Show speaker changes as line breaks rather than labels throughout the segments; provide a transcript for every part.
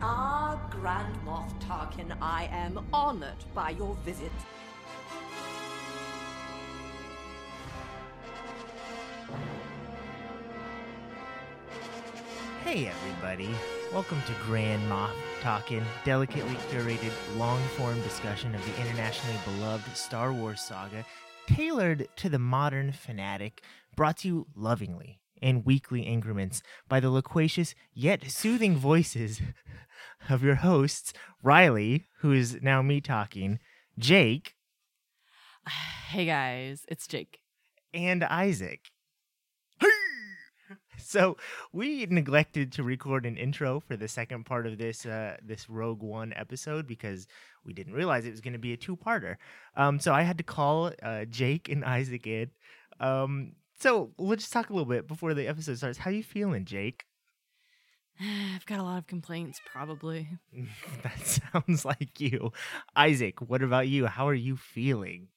Ah, Grand Moff Tarkin, I am honored by your visit.
Hey everybody, welcome to Grand Moff Talkin', delicately curated, long-form discussion of the internationally beloved Star Wars saga, tailored to the modern fanatic, brought to you lovingly in weekly increments by the loquacious yet soothing voices of your hosts, Riley, who is now me talking, Jake,
Hey guys, it's Jake.
and Isaac. So we neglected to record an intro for the second part of this uh, this Rogue One episode because we didn't realize it was going to be a two parter. Um, so I had to call uh, Jake and Isaac in. Um, so let's just talk a little bit before the episode starts. How you feeling, Jake?
I've got a lot of complaints, probably.
that sounds like you, Isaac. What about you? How are you feeling?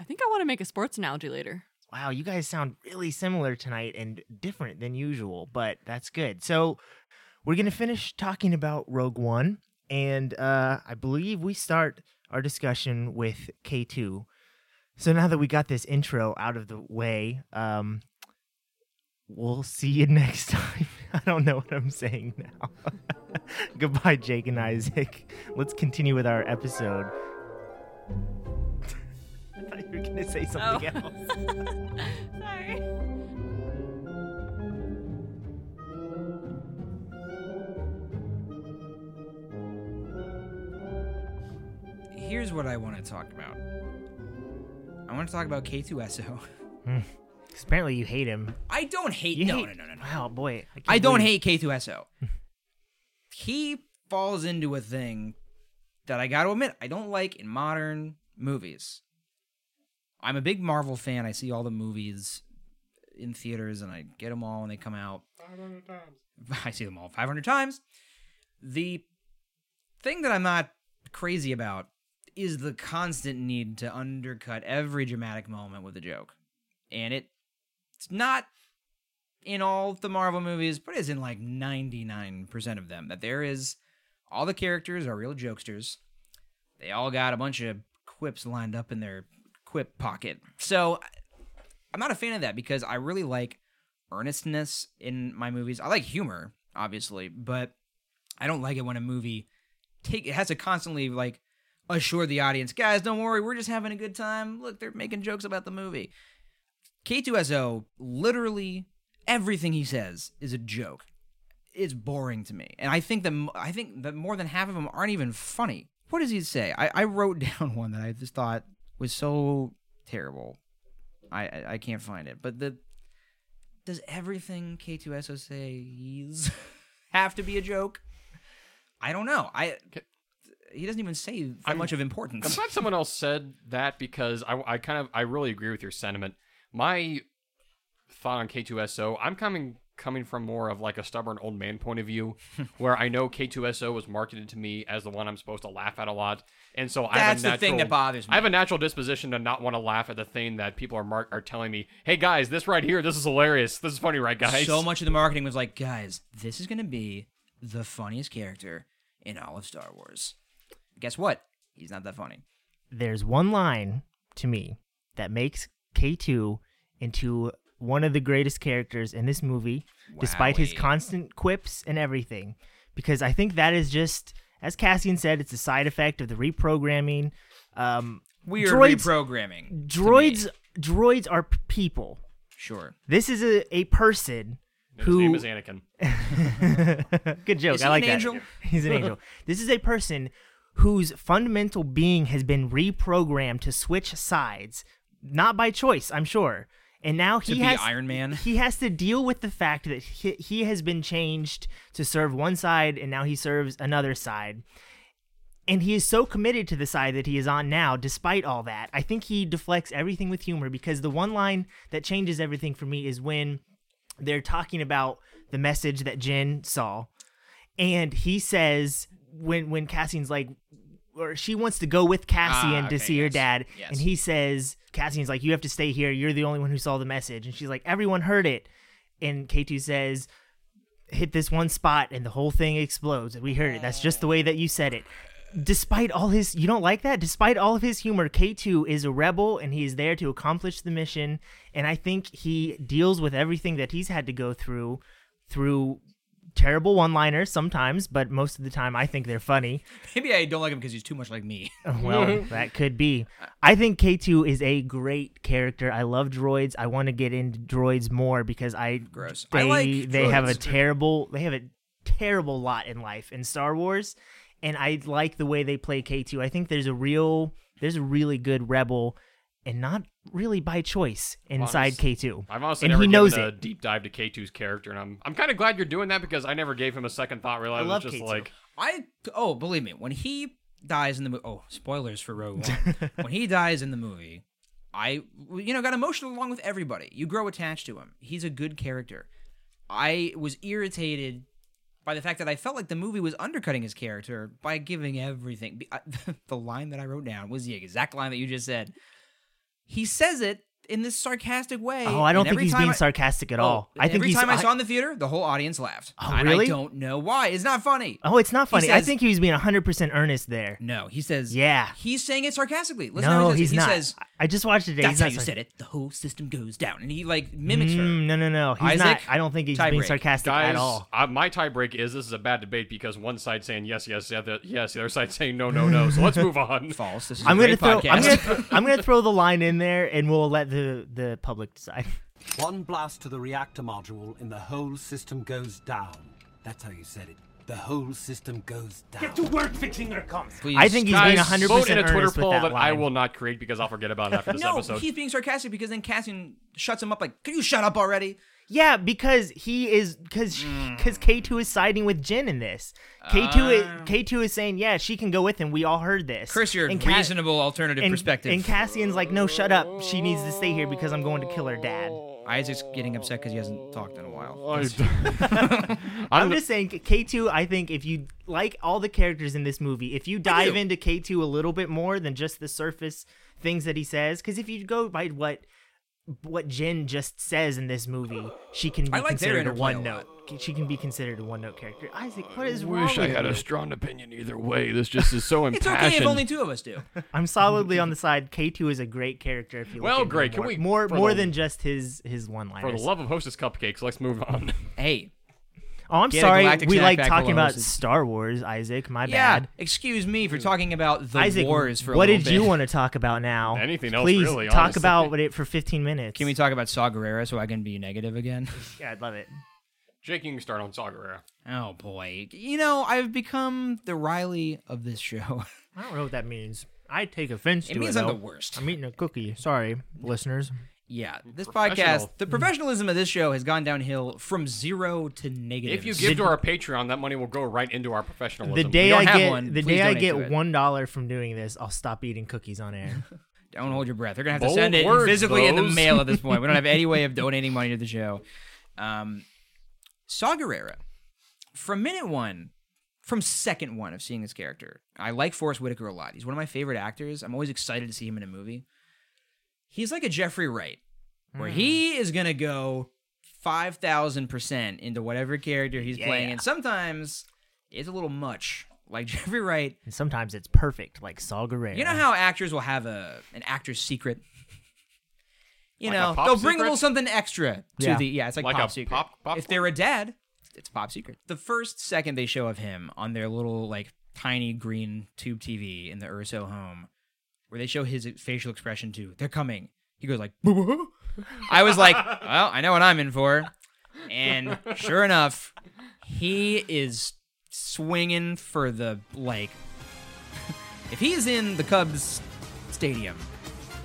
I think I want to make a sports analogy later.
wow, you guys sound really similar tonight and different than usual, but that's good. So we're going to finish talking about Rogue One, and uh, I believe we start our discussion with K2. So now that we got this intro out of the way, um, we'll see you next time. I don't know what I'm saying now. Goodbye, Jake and Isaac. Let's continue with our episode. I thought you were going to say something else.
Sorry.
Here's what I want to talk about. I want to talk about K2SO.
Apparently, you hate him.
I don't hate.
You
No,
hate,
no, no, no, no.
Wow, boy. can't
I don't
believe-
hate K2SO. he falls into a thing that I got to admit I don't like in modern movies. I'm a big Marvel fan. I see all the movies in theaters and I get them all when they come out. 500 times. I see them all 500 times. The thing that I'm not crazy about is the constant need to undercut every dramatic moment with a joke. And it it's not in all the Marvel movies, but it's in like 99% of them that there is all the characters are real jokesters. They all got a bunch of quips lined up in their quip pocket. So I- I'm not a fan of that because I really like earnestness in my movies. I like humor, obviously, but I don't like it when a movie take it has to constantly like assure the audience, guys, don't worry, we're just having a good time. Look, they're making jokes about the movie. K2SO literally everything he says is a joke. It's boring to me, and I think that m- I think that more than half of them aren't even funny. What does he say? I, I wrote down one that I just thought was so terrible. I I, I can't find it, but the does everything K2SO says have to be a joke? I don't know. I
K-
he doesn't even say that
I'm-
much of
I'm
importance.
glad someone else said that because I, I kind of I really agree with your sentiment. My thought on K2SO, I'm coming coming from more of like a stubborn old man point of view, where I know K2SO was marketed to me as the one I'm supposed to laugh at a lot, and so I have a
That's the
natural,
thing that bothers me.
I have a natural disposition to not want to laugh at the thing that people are mark are telling me. Hey guys, this right here, this is hilarious. This is funny, right guys?
So much of the marketing was like, guys, this is going to be the funniest character in all of Star Wars. Guess what? He's not that funny.
There's one line to me that makes K2 into one of the greatest characters in this movie, despite his
Wowie.
constant quips and everything, because I think that is just, as Cassian said, it's a side effect of the reprogramming. Um,
Weird
Droids-
reprogramming. to
droids,
me.
droids are p- people.
Sure.
This is a, a person
And
who
His name is Anakin.
Good joke.
Is
I
he
like
an
that.
angel?
He's an angel. This is a person whose fundamental being has been reprogrammed to switch sides, not by choice, I'm sure. And now he
To be
has
Iron Man.
He has to deal with the fact that he, he has been changed to serve one side, and now he serves another side. And he is so committed to the side that he is on now, despite all that. I think he deflects everything with humor because the one line that changes everything for me is when they're talking about the message that Jen saw, and he says when when Cassian's like, or she wants to go with Cassian
Ah,
to
okay,
see her
yes,
dad,
yes.
and he says Cassian's like, you have to stay here. You're the only one who saw the message, and she's like, everyone heard it, and K two says. hit this one spot and the whole thing explodes. We heard it. That's just the way that you said it. Despite all his, you don't like that? Despite all of his humor, K2 is a rebel and he's there to accomplish the mission. And I think he deals with everything that he's had to go through through terrible one liners sometimes, but most of the time I think they're funny.
Maybe I don't like him because he's too much like me.
Uh, Well, that could be. I think K2 is a great character. I love droids. I want to get into droids more because I
Gross.
They,
I like
they have a
droids.
terrible they have a terrible lot in life in Star Wars, and I like the way they play K2. I think there's a real there's a really good rebel and not really by choice inside
Honest-
K2.
I've honestly
and
never
he knows
given a
it.
deep dive to K2's character, and I'm I'm kind of glad you're doing that because I never gave him a second thought. Realized
love
just
K2.
like
I oh believe me when he dies in the movie. Oh spoilers for Rogue One. when he dies in the movie, I you know got emotional along with everybody. You grow attached to him. He's a good character. I was irritated by the fact that I felt like the movie was undercutting his character by giving everything. be- I- The line that I wrote down was the exact line that you just said. He says it in this sarcastic way.
Oh, I don't
and
think
every
he's
time
being
I-
sarcastic at
Oh,
all. I think
every
he's
time I saw it in the theater, the whole audience laughed.
Oh,
And
really?
I don't know why. It's not funny.
Oh, it's not funny. I
says-
think he was being 100% earnest there.
No, he says.
Yeah.
He's saying it sarcastically. Listen
No,
how he
he's
says it.
not.
He says,
I I just watched it today.
"That's
he's
how
not
you
sarcastic.
said it. The whole system goes down," and he like mimics
Mm,
her.
no, no, no. He's not.
Isaac,
I don't think he's
tie
being
break.
sarcastic
guys,
at all.
Uh, my tie break is this is a bad debate because one side saying yes, yes, the other yes, the other side saying no, no, no. So let's move on.
False. This is
I'm
a
gonna
great
throw. I'm
podcast.
gonna, throw- I'm gonna throw the line in there, and we'll let the the public decide.
One blast to the reactor module and the whole system goes down. That's how you said it. The whole system goes down.
Get to work fixing their comms.
Please.
I think he's being
Guys,
100
vote in
percent
a Twitter
earnest with
poll
that,
that
line.
I will not create because I'll forget about it after this
no,
episode.
he's being sarcastic because then Cassian shuts him up. Like, can you shut up already?
Yeah, because he is because
Hmm.
because K two is siding with Jin in this. K two K two is saying yeah she can go with him. We all heard this.
Ah. Chris, your
And Ca-
reasonable alternative
and,
perspective.
And Cassian's like no, shut up. She needs to stay here because I'm going to kill her dad.
Isaac's getting upset because he hasn't talked in a while.
I'm just saying, K2, I think if you like all the characters in this movie, if you dive
do.
into K2 a little bit more than just the surface things that he says, because if you go by what what Jin just says in this movie, she can be
I like their
considered a
interplay a
one note. She can be considered a one note character. Isaac, what is wrong
wish I
with
had
you?
a strong opinion either way. This just is so
It's
impassioned.
okay if only two of us do.
I'm solidly on the side. K2 is a great character. If you
Well,
look into
great.
it
Can
more,
we-
more
for
more
the-
than just his his one
For the
liners?
love of Hostess Cupcakes, let's move on.
Hey,
Oh, I'm
Get a
sorry.
galactic
We
snack
like
back
talking
below
about
us.
Star Wars, Isaac. My
yeah.
bad.
Excuse me for talking about the
Isaac,
wars for a
what
little
did you
bit.
want to talk about now?
Anything else,
Please
really,
talk
honestly.
about it for 15 minutes.
Can we talk about Saw Gerrera so I can be negative again?
Yeah, I'd love it.
Jake, you can start on Saw Gerrera.
Oh boy. You know, I've become the Riley of this show.
I don't know what that means. I take offense
It
to
means
it.
I'm the
though.
worst.
I'm eating a cookie. Sorry, listeners.
Yeah, this
Professional.
podcast, the professionalism of this show has gone downhill from zero to negative.
If you give to our Patreon, that money will go right into our professionalism.
The day
don't
I
have
get
one.
the
Please
day I
donate to
get
it.
one dollar from doing this, I'll stop eating cookies on air.
don't hold your breath, they're gonna have to
Bold
send it
words,
physically in the
those.
mail at this point. We don't have any way of donating money to the show. Um, Saw Gerrera, from minute one, from second one of seeing this character, I like Forrest Whitaker a lot. He's one of my favorite actors. I'm always excited to see him in a movie. He's like a Jeffrey Wright, where he is gonna go five thousand percent into whatever character he's playing,
Yeah.
and sometimes it's a little much. Like Jeffrey Wright,
and sometimes it's perfect, like Saul Guerrero.
you know how actors will have a an actor's secret. You
Like a
know,
pop
they'll bring a
secret?
little something extra to
Yeah.
the yeah. It's like,
Like
pop
a
secret.
pop- pop-
if they're a dad, it's a pop secret. The first second they show of him on their little like tiny green tube TV in the Urso home, where they show his facial expression too. They're coming. He goes like, I was like, well, I know what I'm in for, and sure enough, he is swinging for the like if he is in the Cubs stadium,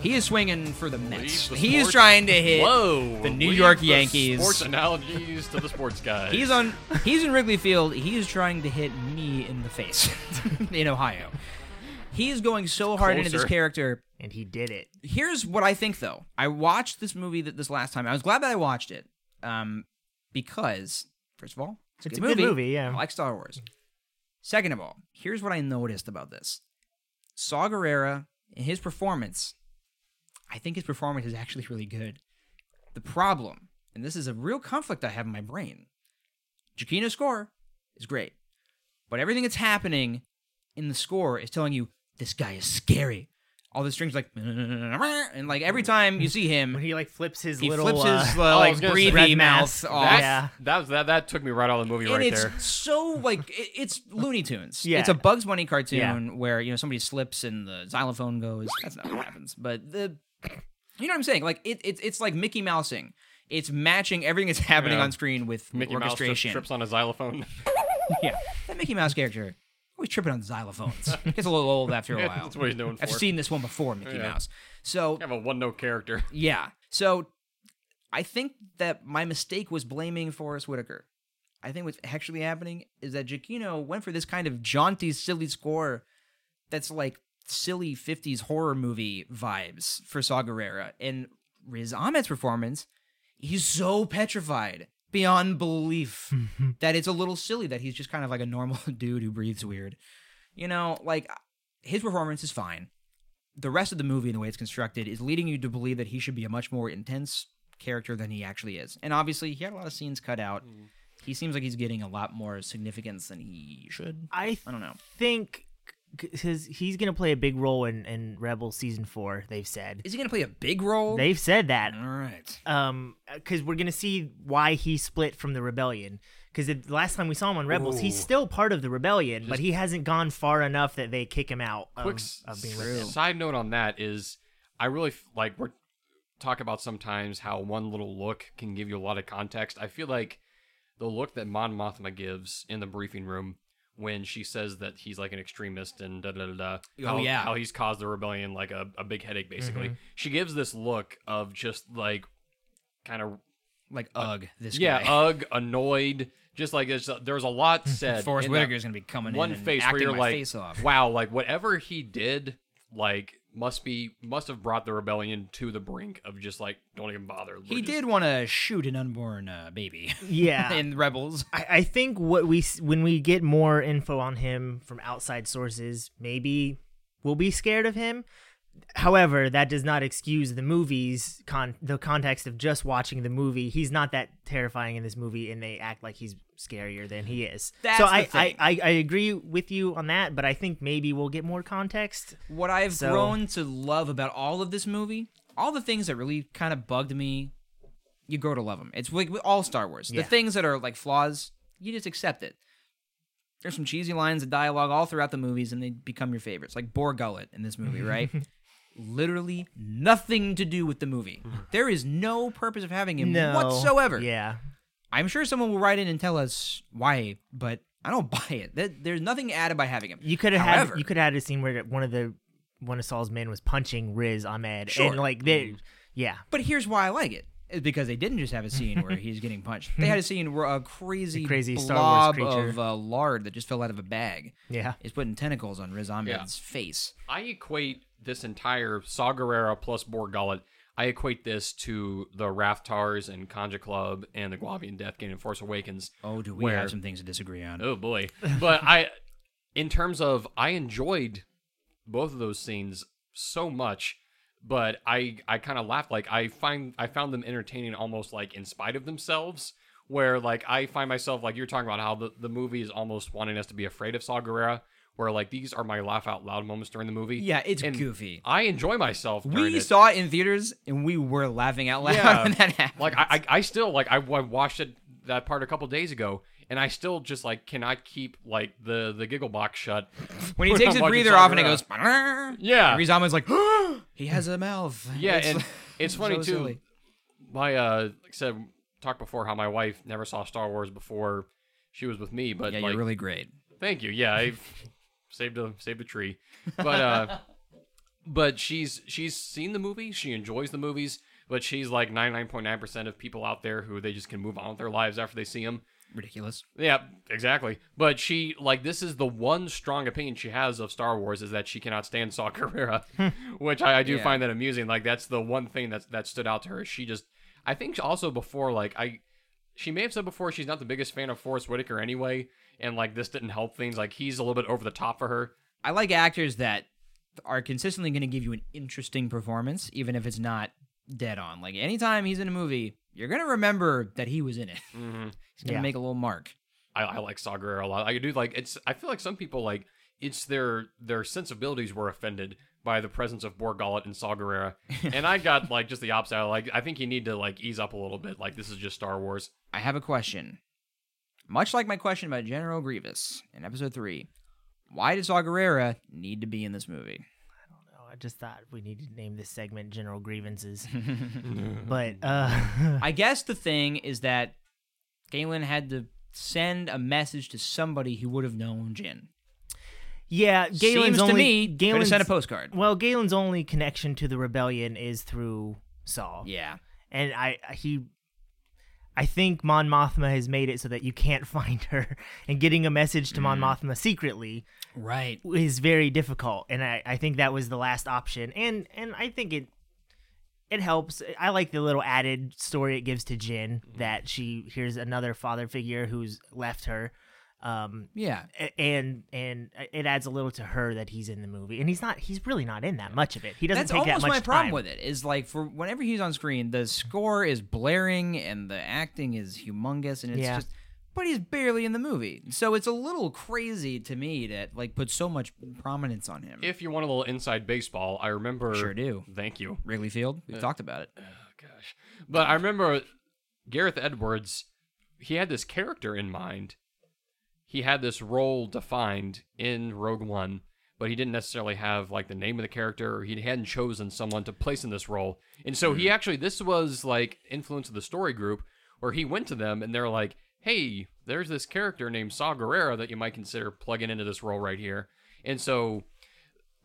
he is swinging for the Mets.
Leave the
he is
sports-
trying to hit
Whoa,
the New
leave
York
the
Yankees.
Sports analogies to the sports guys.
He's on. He's in Wrigley Field. He is trying to hit me in the face in Ohio. He is going so hard into this
Closer.
character.
And he did it.
Here's what I think, though. I watched this movie that this last time. I was glad that I watched it, um, because first of all, it's a,
It's a good movie, yeah.
I like Star Wars. Second of all, here's what I noticed about this: Saw Gerrera and his performance. I think his performance is actually really good. The problem, and this is a real conflict I have in my brain. Jakino's score is great, but everything that's happening in the score is telling you this guy is scary. All the strings like and like every time you see
When
him,
he like flips his
he
little
flips
uh,
his
Oh, I
uh, like
was gonna say,
breathy
red
mouth
mask.
off.
That,
Yeah.
that was that that took me right out of the movie
and
right
it's
there.
so like it, it's Looney Tunes.
Yeah.
It's a Bugs Bunny cartoon
Yeah.
where you know somebody slips and the xylophone goes. That's not what happens, but the you know what I'm saying? Like it, it it's like Mickey Mousing. It's matching everything that's happening
Yeah.
on screen with
Mickey Mouse just
orchestration.
trips on a xylophone.
yeah, that Mickey Mouse character always tripping on xylophones. Gets a little old after a
Yeah,
while.
that's what he's known
I've
for.
seen this one before, Mickey
Yeah.
Mouse. So
I have a one note character.
yeah. So I think that my mistake was blaming Forrest Whitaker. I think what's actually happening is that Giacchino went for this kind of jaunty, silly score that's like silly 50s horror movie vibes for Saw Gerrera. And Riz Ahmed's performance, he's so petrified beyond belief that it's a little silly that he's just kind of like a normal dude who breathes weird. You know, like his performance is fine the rest of the movie and the way it's constructed is leading you to believe that he should be a much more intense character than he actually is. And obviously, he had a lot of scenes cut out. He seems like he's getting a lot more significance than he should.
I,
I don't know.
think because he's gonna play a big role in in Rebel season four. They've said
Is he going to play a big role?
they've said that
All right.
um because we're gonna see why he split from the rebellion because the last time we saw him on Rebels, he's still part of the rebellion, but he hasn't gone far enough that they kick him out
Um,
of,
quick s-
of being with them.
side note on that is i really f- like we're talk about sometimes how one little look can give you a lot of context i feel like the look that mon mothma gives in the briefing room when she says that he's like an extremist and da da da da
Oh,
how,
yeah. Mm-hmm.
how he's caused the rebellion like a, a big headache basically she gives this look of just like kind of
Like, ugh, this
yeah
guy.
ugh annoyed just like there's a, there's a lot said
Forrest
in that-
Whitaker's going to be coming
uh, one
in and
face
acting
where you're
my
like,
face off.
wow, like whatever he did, like must be must have brought the rebellion to the brink of just like don't even bother. We're
He
just-
did want to shoot an unborn uh, baby
Yeah,
in Rebels.
I, I think what we s- when we get more info on him from outside sources, maybe we'll be scared of him. However, that does not excuse the movies con the context of just watching the movie. He's not that terrifying in this movie, and they act like he's scarier than he is.
That's
so
the
I,
thing.
I, I I agree with you on that, but I think maybe we'll get more context.
what I've
So-
grown to love about all of this movie, all the things that really kind of bugged me, you grow to love them. It's like with all Star Wars.
Yeah.
The things that are like flaws, you just accept it. There's some cheesy lines of dialogue all throughout the movies, and they become your favorites. Like Boar Gullet in this movie, right? Literally nothing to do with the movie. There is no purpose of having him
No,
whatsoever.
Yeah,
I'm sure someone will write in and tell us why, but I don't buy it. There- There's nothing added by having him.
you could have
However-
had you could have had a scene where one of the one of Saul's men was punching Riz Ahmed,
Sure. Mm.
and like they, yeah,
But here's why I like it. Is because they didn't just have a scene where he's getting punched. They had a scene where a Mm-hmm. crazy,
The crazy Star
blob
Wars creature.
of uh, lard that just fell out of a bag
yeah.
is putting tentacles on Riz Ahmed's face.
I equate this entire Saw Gerrera plus Borgullet. I equate this to the Raftars and Conja Club and the Guavian Death Game and Force Awakens.
Oh, do we
where-
have some things to disagree on?
Oh boy. But I in terms of I enjoyed both of those scenes so much, but I I kind of laughed like I find I found them entertaining almost like in spite of themselves where like I find myself like you're talking about how the, the movie is almost wanting us to be afraid of Saw Gerrera where like these are my laugh out loud moments during the movie.
Yeah, it's
And
goofy.
I enjoy myself. during
We
it.
saw it in theaters and we were laughing out loud
Yeah.
when that happened.
Like I, I, I still like I, I watched it that part a couple days ago, and I still just like cannot keep like the the giggle box shut.
when he
I'm
takes his
watching
breather
Saw
off and it
Gerrera.
goes,
Yeah.
and Riz Ahmed's like, he has a mouth.
Yeah, and it's funny
so
too.
silly.
My uh, like I said, talked before how my wife never saw Star Wars before she was with me, but
Yeah,
like,
you're really great.
Thank you. Yeah, I saved a saved a tree. But uh but she's she's seen the movie, she enjoys the movies, but she's like 99.9% of people out there who they just can move on with their lives after they see them.
Ridiculous.
Yeah, exactly. But she like this is the one strong opinion she has of Star Wars is that she cannot stand Saw Gerrera, which I, I do
Yeah.
find that amusing. Like that's the one thing that's that stood out to her. She just I think also before like I she may have said before she's not the biggest fan of Forrest Whitaker anyway, and like this didn't help things. Like he's a little bit over the top for her.
I like actors that are consistently going to give you an interesting performance, even if it's not dead on. Like anytime he's in a movie, you're going to remember that he was in it. He's going to
Yeah.
make a little mark.
I, I like Saw Gerrera a lot. I do like it's. I feel like some people like it's their their sensibilities were offended by the presence of Borgalit and Saw Gerrera, and I got like just the opposite. I like I think you need to like ease up a little bit. Like this is just Star Wars.
I have a question. Much like my question about General Grievous in episode three, why does Saw Gerrera need to be in this movie?
Oh, I just thought we needed to name this segment General Grievances. but uh
I guess the thing is that Galen had to send a message to somebody who would have known Jin.
yeah, Galen's
Seems
only
to me, Galen
Galen's
sent a postcard.
Well, Galen's only connection to the rebellion is through Saul.
Yeah,
and I he I think Mon Mothma has made it so that you can't find her, and getting a message to Mon
Mm.
Mothma secretly
right.
is very difficult. And I, I think that was the last option, and and I think it it helps. I like the little added story it gives to Jin
Mm-hmm.
that she hears another father figure who's left her. Um,
Yeah,
a- and and it adds a little to her that he's in the movie, and he's not. He's really not in that much of it. He doesn't
that's
take
almost
that much
my problem
time.
with it. Is like for whenever he's on screen, the score is blaring and the acting is humongous, and it's
Yeah.
just. But he's barely in the movie, so it's a little crazy to me that like put so much prominence on him.
If you want a little inside baseball, I remember.
Sure do.
Thank you.
Wrigley Field, we've talked about it.
gosh. But I remember Gareth Edwards, he had this character in mind. He had this role defined in Rogue One, but he didn't necessarily have like the name of the character or he hadn't chosen someone to place in this role. And so he actually this was like influence of the story group where he went to them and they're like, "Hey, there's this character named Saw Gerrera that you might consider plugging into this role right here." And so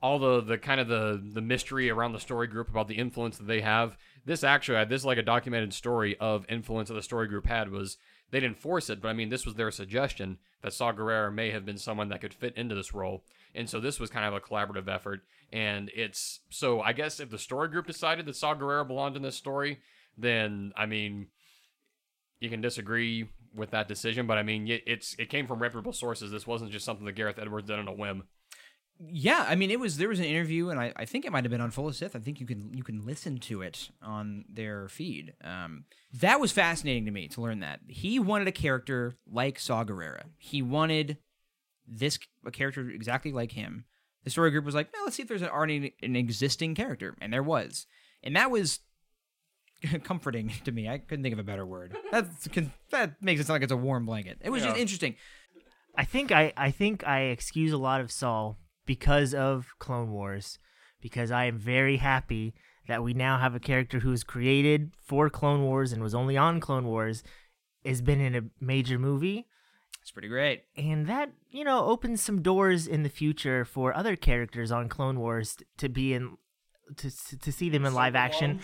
all the the kind of the the mystery around the story group about the influence that they have. This actually, this is like a documented story of influence that the story group had was they didn't force it, but I mean, this was their suggestion that Saw Gerrera may have been someone that could fit into this role, and so this was kind of a collaborative effort. And it's so I guess if the story group decided that Saw Gerrera belonged in this story, then I mean, you can disagree with that decision, but I mean, it- it's it came from reputable sources. This wasn't just something that Gareth Edwards did on a whim.
Yeah, I mean, it was there was an interview, and I, I think it might have been on Full of Sith. I think you can you can listen to it on their feed. Um, that was fascinating to me to learn that he wanted a character like Saw Gerrera. He wanted this c- a character exactly like him. The story group was like, well, let's see if there's an already an existing character, and there was, and that was comforting to me. I couldn't think of a better word. That's con- that makes it sound like it's a warm blanket. It was just interesting.
I think I, I think I excuse a lot of Saul because of Clone Wars, because I am very happy that we now have a character who was created for Clone Wars and was only on Clone Wars, has been in a major movie,
It's pretty great.
and that you know opens some doors in the future for other characters on Clone Wars t- to be in. To, to see them in live action,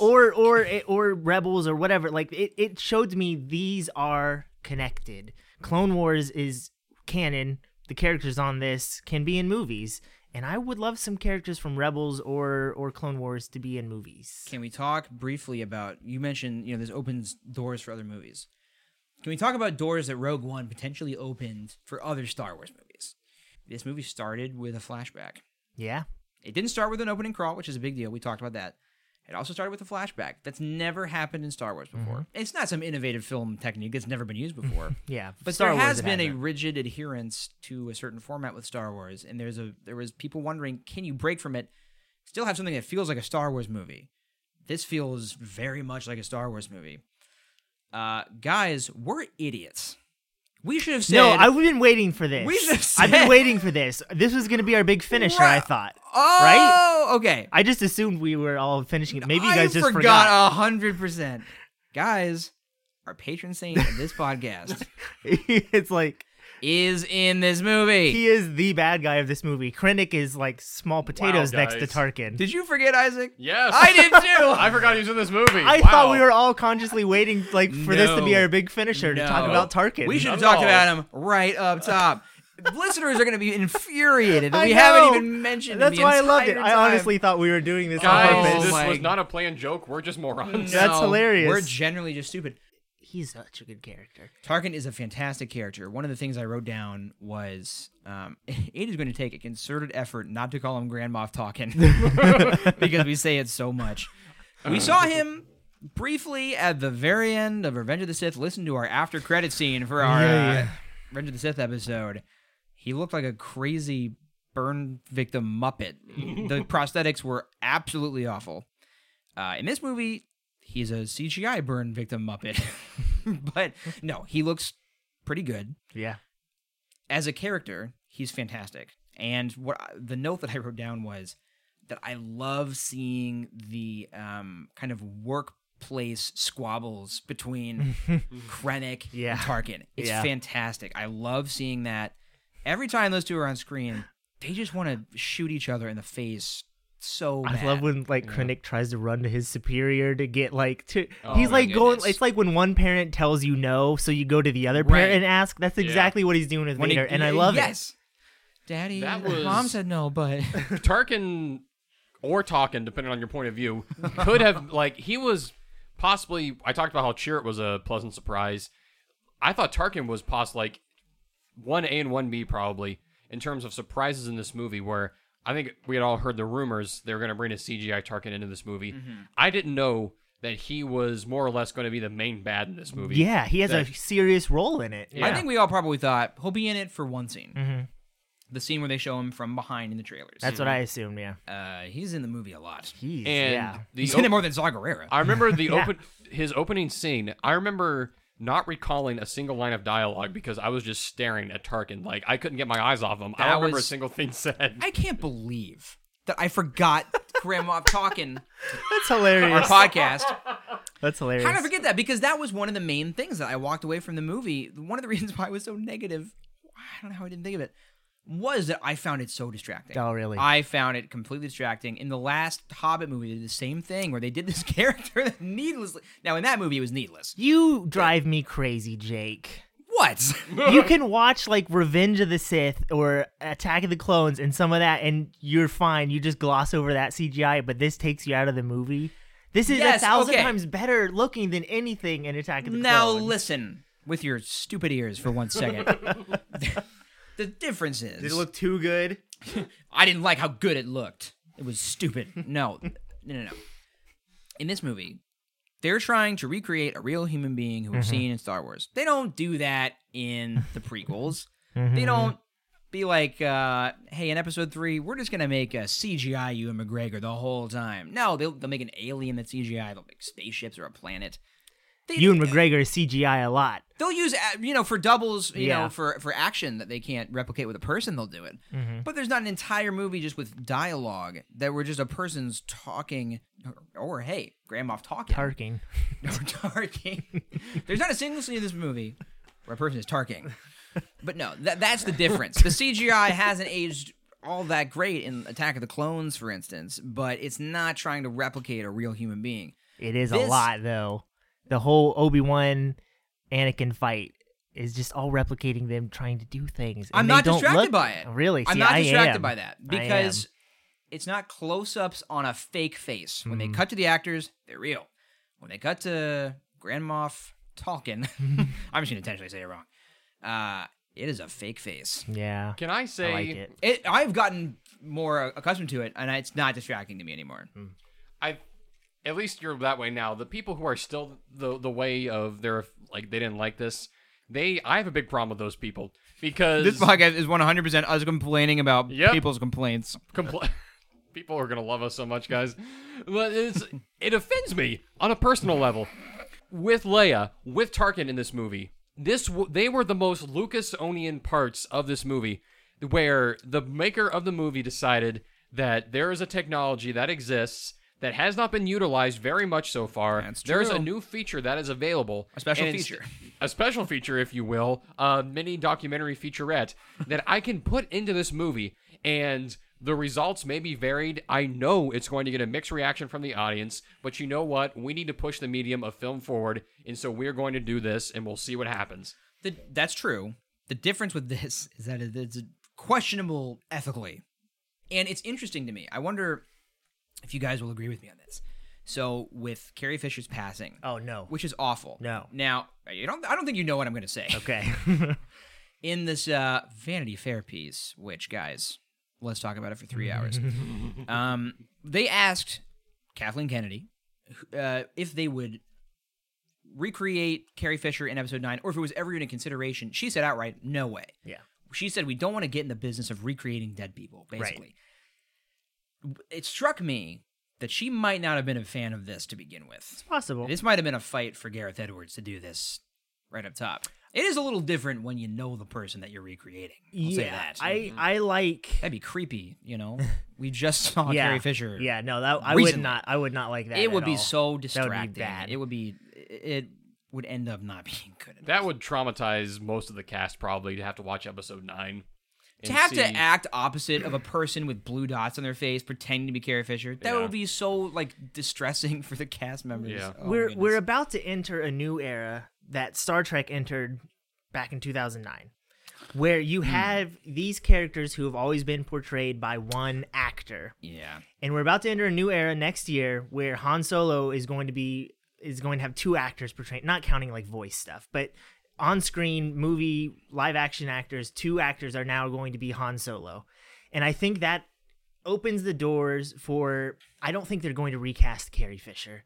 or or eh, or rebels or whatever like it, it showed me these are connected clone wars is canon the characters on this can be in movies and i would love some characters from rebels or or clone wars to be in movies
Can we talk briefly about you mentioned, you know, this opens doors for other movies. Can we talk about doors that Rogue One potentially opened for other Star Wars movies? This movie started with a flashback.
yeah
It didn't start with an opening crawl, which is a big deal. We talked about that. It also started with a flashback. That's never happened in Star Wars before. It's not some innovative film technique that's never been used before.
yeah
But
Star
there
Wars
has
it
been a
hasn't.
rigid adherence to a certain format with Star Wars, and there's a there was people wondering, can you break from it? Still have something that feels like a Star Wars movie. This feels very much like a Star Wars movie. Uh, guys, we're idiots. We should have said.
no i've been waiting for this
We should've
i've been
said-
waiting for this this was gonna be our big finisher i
Right.
thought
oh,
right
okay.
i just assumed we were all finishing it maybe you guys
I
just forgot,
forgot hundred percent, guys. Our patron saint of this podcast
it's like
is in this movie.
he is the bad guy of this movie. Krennic is like small potatoes next to
guys.
Tarkin.
Did you forget Isaac?
Yes,
I did too.
I forgot he was in this movie.
I
Wow.
thought we were all consciously waiting like for this to be
No.
our big finisher to talk
No.
about Tarkin.
We should have
Not
talked
at all.
about him right up top. Listeners are going to be infuriated that
I
we haven't
know.
even mentioned. him
That's
the
why I loved it.
entire
I
time.
honestly thought we were doing this on
Guys,
Oh
purpose.
this
my-
was not a planned joke. We're just morons.
No. That's hilarious.
We're generally just stupid.
He's such a good character.
Tarkin is a fantastic character. One of the things I wrote down was um, it is going to take a concerted effort not to call him Grand Moff Tarkin because we say it so much.
Uh.
We saw him briefly at the very end of Revenge of the Sith. Listen to our after credit scene for our
Yeah,
uh,
yeah.
Revenge of the Sith episode, he looked like a crazy burn victim Muppet. the prosthetics were absolutely awful. Uh, in this movie, he's a CGI burn victim Muppet. but no, he looks pretty good
Yeah.
as a character, he's fantastic. And what I- the note that I wrote down was that I love seeing the um, kind of workplace squabbles between Krennic
Yeah.
and Tarkin. It's
Yeah.
fantastic. I love seeing that. Every time those two are on screen, they just want to shoot each other in the face so
I
bad.
love when like Krennic tries to run to his superior to get like to.
Oh
he's
my
like going.
goodness.
It's like when one parent tells you no, so you go to the other parent
Right.
and ask. That's exactly what he's doing with
When he-
Vader, and I love it.
yes. Daddy,
That was-
mom said no, but
Tarkin or Talkin, depending on your point of view, could have like he was possibly. I talked about how Cheer was a pleasant surprise. I thought Tarkin was pos like one A and one B probably in terms of surprises in this movie. Where I think we had all heard the rumors they were going to bring a CGI Tarkin into this movie. I didn't know that he was more or less going to be the main bad in this movie.
Yeah, he has
That-
a serious role in it.
I think we all probably thought he'll be in it for one scene. The scene where they show him from behind in the trailers.
Mm-hmm. That's what I assumed. Yeah,
uh, he's in the movie a lot.
he's
and
yeah.
the
He's
op-
in it more than Saw Gerrera.
I remember the
Yeah.
open his opening scene. I remember not recalling a single line of dialogue because I was just staring at Tarkin. Like I couldn't get my eyes off him. I
That
don't remember a
was-
single thing said.
I can't believe that I forgot Grandma talking
That's
our
hilarious.
podcast.
That's hilarious.
How did I forget that? Because that was one of the main things that I walked away from the movie. One of the reasons why I was so negative, I don't know how I didn't think of it, was that I found it so distracting.
Oh, really?
I found it completely distracting. In the last Hobbit movie, they did the same thing where they did this character that needlessly. Now, in that movie, it was needless.
You drive me crazy, Jake.
What?
you can watch like Revenge of the Sith or Attack of the Clones and some of that, and you're fine. You just gloss over that CGI, but this takes you out of the movie. This is
Yes,
a thousand
okay.
times better looking than anything in Attack of the
Now
Clones.
listen with your stupid ears for one second. the difference is
Did it look too good?
I didn't like how good it looked. It was stupid. No, no, no, no. In this movie, they're trying to recreate a real human being who we've seen in Star Wars. They don't do that in the prequels. They don't be like, uh, hey, in episode three, we're just going to make a CGI you and McGregor the whole time. No, they'll, they'll make an alien that's CGI. They'll make spaceships or a planet. They-
You and McGregor is CGI a lot.
they'll use uh, you know for doubles you
Yeah.
know for for action that they can't replicate with a person they'll do it but there's not an entire movie just with dialogue that were just a person's talking or, or hey grandma talking
Tarkin.
or tarking there's not a single scene in this movie where a person is tarking but no that, that's the difference the cgi hasn't aged all that great in attack of the clones for instance but it's not trying to replicate a real human being
It is a
This-
lot though. The whole Obi Wan, Anakin fight is just all replicating them trying to do things. and
I'm
they
not
don't
distracted
look-
by it.
Really?
I'm
See,
not
I
distracted
am.
by that
I am.
because it's not close-ups on a fake face. When
Hmm.
they cut to the actors, they're real. When they cut to Grand Moff talking, I'm just gonna intentionally say it wrong. Uh, it is a fake face.
yeah,
Can I say
I like it.
It, I've gotten more uh, accustomed to it, and it's not distracting to me anymore.
Hmm.
I at least you're that way now. The people who are still the the way of their like they didn't like this. They I have a big problem with those people because
This podcast is 100% us complaining about
Yep.
people's complaints.
compl- people are gonna love us so much, guys. But it's it offends me on a personal level. With Leia, with Tarkin in this movie, this w- they were the most Lucasonian parts of this movie, where the maker of the movie decided that there is a technology that exists that has not been utilized very much so far.
That's
There is a
true.
new feature that is available,
A special
and it's-
feature.
a special feature, if you will, a mini documentary featurette that I can put into this movie, and the results may be varied. I know it's going to get a mixed reaction from the audience, but you know what? We need to push the medium of film forward, and so we're going to do this, and we'll see what happens.
The, that's true. The difference with this is that it- it's questionable ethically. And it's interesting to me. I wonder if you guys will agree with me on this. So with Carrie Fisher's passing,
Oh no.
which is awful.
No.
Now, you don't I don't think you know what I'm going to say.
Okay.
In this uh Vanity Fair piece, which guys, let's talk about it for 3 hours. um they asked Kathleen Kennedy uh, if they would recreate Carrie Fisher in episode nine, or if it was ever even a consideration, she said outright, no way.
Yeah.
She said, we don't want to get in the business of recreating dead people, basically. It struck me that she might not have been a fan of this to begin with.
Possible.
This might have been a fight for Gareth Edwards to do this right up top. It is a little different when you know the person that you're recreating. I'll
yeah,
say that. Mm-hmm.
I I like.
That'd be creepy, you know. We just saw
yeah,
Carrie Fisher.
Yeah, no, that I
recently.
would not. I would not like that.
it
at
would be
all.
so
That
distracting.
would be bad.
It would be. It would end up not being good. Enough.
That would traumatize most of the cast probably to have to watch episode nine.
to
and
have
see-
to act opposite of a person with blue dots on their face pretending to be Carrie Fisher. That
Yeah.
would be so like distressing for the cast members.
Yeah.
Oh, my
we're
goodness.
we're about to enter a new era that Star Trek entered back in 2009 where you
Hmm.
have these characters who have always been portrayed by one actor
yeah.
and we're about to enter a new era next year where Han Solo is going to be is going to have two actors portraying not counting like voice stuff but on screen movie live action actors two actors are now going to be Han Solo and I think that opens the doors for I don't think they're going to recast Carrie Fisher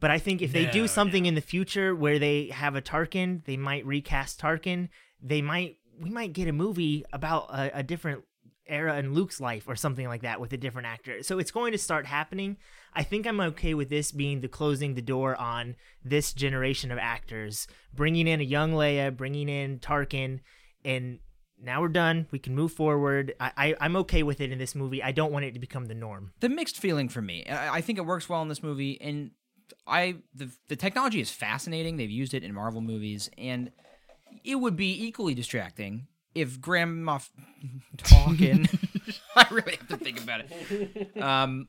but I think if they do something in the future where they have a Tarkin they might recast Tarkin they might we might get a movie about a, a different era in Luke's life or something like that with a different actor. So it's going to start happening. I think I'm okay with this being the closing the door on this generation of actors, bringing in a young Leia, bringing in Tarkin, and now we're done. We can move forward. I, I I'm okay with it in this movie. I don't want it to become the norm.
the mixed feeling for me. I, I think it works well in this movie, and I the the technology is fascinating. They've used it in Marvel movies, and it would be equally distracting if Grandma F- talking. I really have to think about it. Um,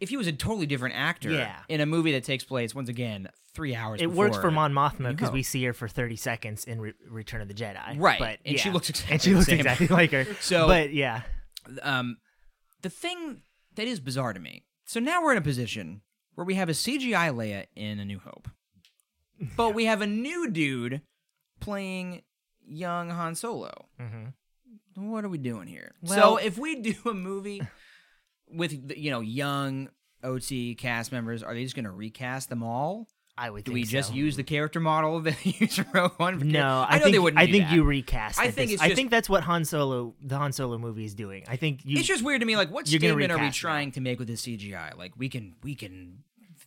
if he was a totally different actor
Yeah.
in a movie that takes place once again three hours.
It works for
before-
Mon Mothma because
No.
we see her for 30 seconds in Re- Return of the Jedi.
Right,
But,
and she
yeah.
looks
and
exactly
she
the
looks
same.
exactly like her.
So-
but yeah,
um, the thing that is bizarre to me. So now we're in a position where we have a CGI Leia in A New Hope, but we have a new dude playing young Han Solo. Mm-hmm. What are we doing here?
Well-
so if we do a movie with the- you know young OT cast members, are they just going to recast them all?
I would.
Do
think
we just
so.
use the character model that they use for Rogue One? for
No, I,
char- I know
think,
they wouldn't.
I
do
think
that.
you recast.
I
at
think
this-
it's
I
just-
think that's what Han Solo, the Han Solo movie, is doing. I think you.
it's just weird to me. Like, what
you're gonna
statement are we
recast now.
trying to make with this CGI? Like, we can, we can.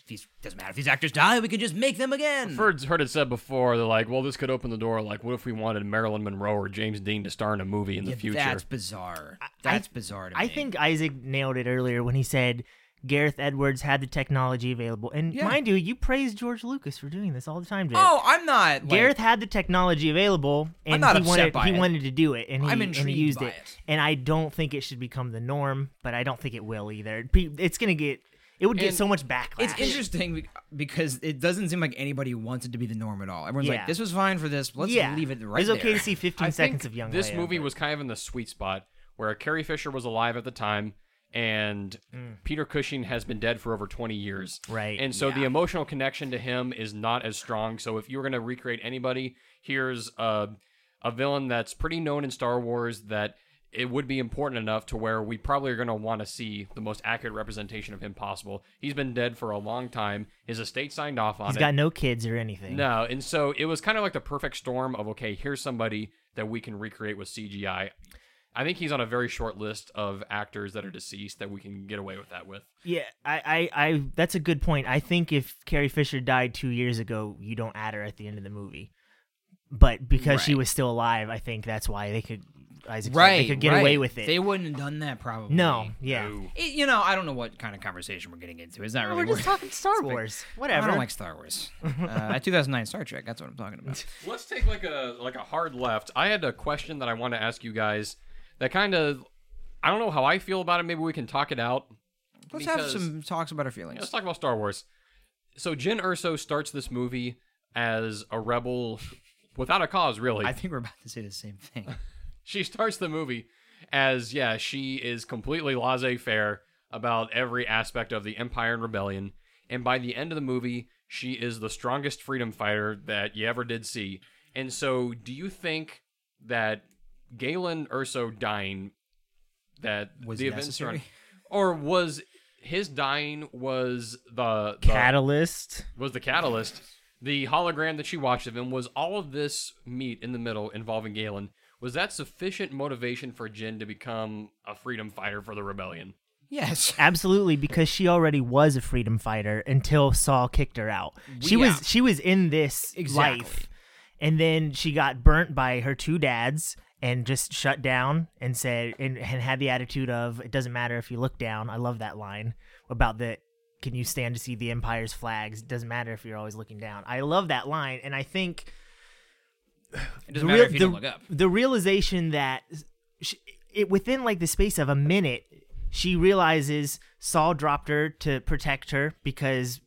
These doesn't matter if these actors die. We can just make them again.
Ferd's heard it said before. They're like, well, this could open the door. Like, what if we wanted Marilyn Monroe or James Dean to star in a movie in the
Yeah,
future?
That's bizarre. That's bizarre to me.
I think Isaac nailed it earlier when he said Gareth Edwards had the technology available. And
Yeah.
mind you, you praise George Lucas for doing this all the time, Jay.
Oh, I'm not. Like,
Gareth had the technology available, and
not
he
upset
wanted
by
he
it.
wanted to do it, and he,
I'm
and he
intrigued
used
by
it.
it.
And I don't think it should become the norm, but I don't think it will either. Pe- It's gonna get. It would get
And
so much backlash.
It's interesting be- because it doesn't seem like anybody wants it to be the norm at all. Everyone's
Yeah.
like, "This was fine for this. Let's
yeah,
leave it right
It's okay
there."
to see 15
I
seconds
think
of young.
This
Leia,
movie
but-
was kind of in the sweet spot where Carrie Fisher was alive at the time and Peter Cushing has been dead for over 20 years.
Mm. Right,
And so the emotional connection to him is not as strong. So if you were going to recreate anybody, here's a, a villain that's pretty known in Star Wars that it would be important enough to where we probably are going to want to see the most accurate representation of him possible. He's been dead for a long time. His estate signed off on
He's
it.
got no kids or anything.
No, and so it was kind of like the perfect storm of okay, here's somebody that we can recreate with CGI. I think he's on a very short list of actors that are deceased that we can get away with that with.
Yeah, I, I, I, that's a good point. I think if Carrie Fisher died two years ago, you don't add her at the end of the movie. But because she
Right.
was still alive, I think that's why they could, Isaac, said
right?
they could get
right.
away with it.
They wouldn't have done that probably.
no, yeah,
No.
It- you know, I don't know what kind of conversation we're getting into. It's not really
we're just
worth-
talking Star Wars. Whatever.
I don't like Star Wars. Uh, 2009 Star Trek. That's what I'm talking about.
Let's take like a like a hard left. I had a question that I want to ask you guys that kind of I don't know how I feel about it. Maybe we can talk it out.
Let's have
Because-
some talks about our
Yeah,
feelings.
Let's talk about Star Wars. So Jin Urso starts this movie as a rebel without a cause, really.
I think we're about to say the same thing.
she starts the movie as yeah she is completely laissez-faire about every aspect of the empire and rebellion and by the end of the movie she is the strongest freedom fighter that you ever did see and so do you think that galen urso dying that
Was
the events
necessary?
around- or was his dying was the, the
Catalyst.
was the catalyst the hologram that she watched of him was all of this meat in the middle involving Galen. Was that sufficient motivation for Jin to become a freedom fighter for the rebellion?
Yes.
Absolutely, because she already was a freedom fighter until Saul kicked her out. She
Yeah.
was she was in this
Exactly.
life, and then she got burnt by her two dads and just shut down and said and, and had the attitude of it doesn't matter if you look down. I love that line about the can you stand to see the empire's flags? It doesn't matter if you're always looking down. I love that line, and I think
It doesn't matter if you
the,
don't look up.
the realization that she, it within like the space of a minute, she realizes Saul dropped her to protect her because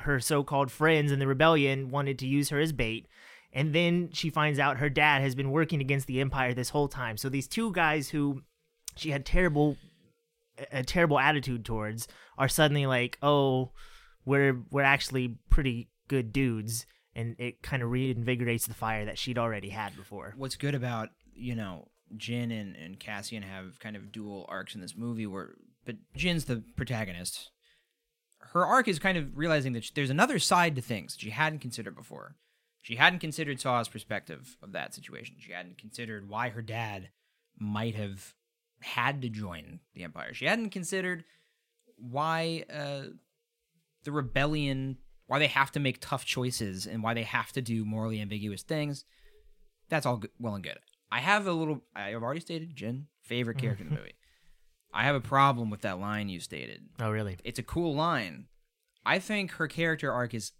her so-called friends in the rebellion wanted to use her as bait. And then she finds out her dad has been working against the empire this whole time. So these two guys who she had terrible a terrible attitude towards are suddenly like, oh, we're we're actually pretty good dudes, and it kind of reinvigorates the fire that she'd already had before.
what's good about you know Jin and, and Cassian have kind of dual arcs in this movie where but Jin's the protagonist. Her arc is kind of realizing that sh there's another side to things she hadn't considered before. She hadn't considered Saw's perspective of that situation. She hadn't considered why her dad might have had to join the Empire. She hadn't considered why uh, the rebellion, why they have to make tough choices and why they have to do morally ambiguous things that's all good, well and good. I have a little. I have already stated Jin favorite character in the movie. I have a problem with that line you stated.
Oh, really?
It's a cool line. I think her character arc is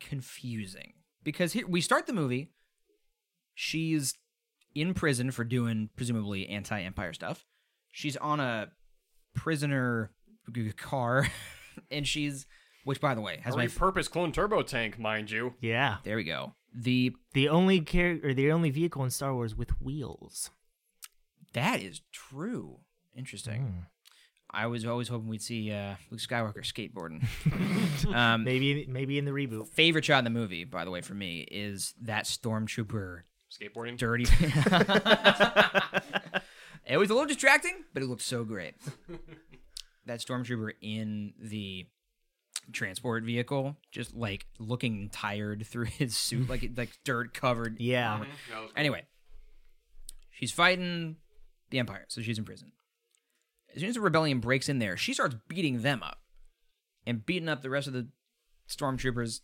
confusing because here we start the movie. She's in prison for doing presumably anti-empire stuff. She's on a prisoner car, and she's which, by the way,
A
has my.
repurposed clone turbo tank, mind you.
Yeah.
there we go. The
The only character, the only vehicle in Star Wars with wheels.
That is true. Interesting. I was always hoping we'd see uh, Luke Skywalker skateboarding. um,
Maybe, maybe in the reboot.
favorite shot in the movie, by the way, for me is that stormtrooper
Skateboarding.
dirty. it was a little distracting, but it looked so great. that stormtrooper in the transport vehicle, just like looking tired through his suit, like it, like dirt covered.
Yeah.
Mm-hmm.
Anyway, she's fighting the Empire, so she's in prison. As soon as the rebellion breaks in there, she starts beating them up and beating up the rest of the stormtroopers.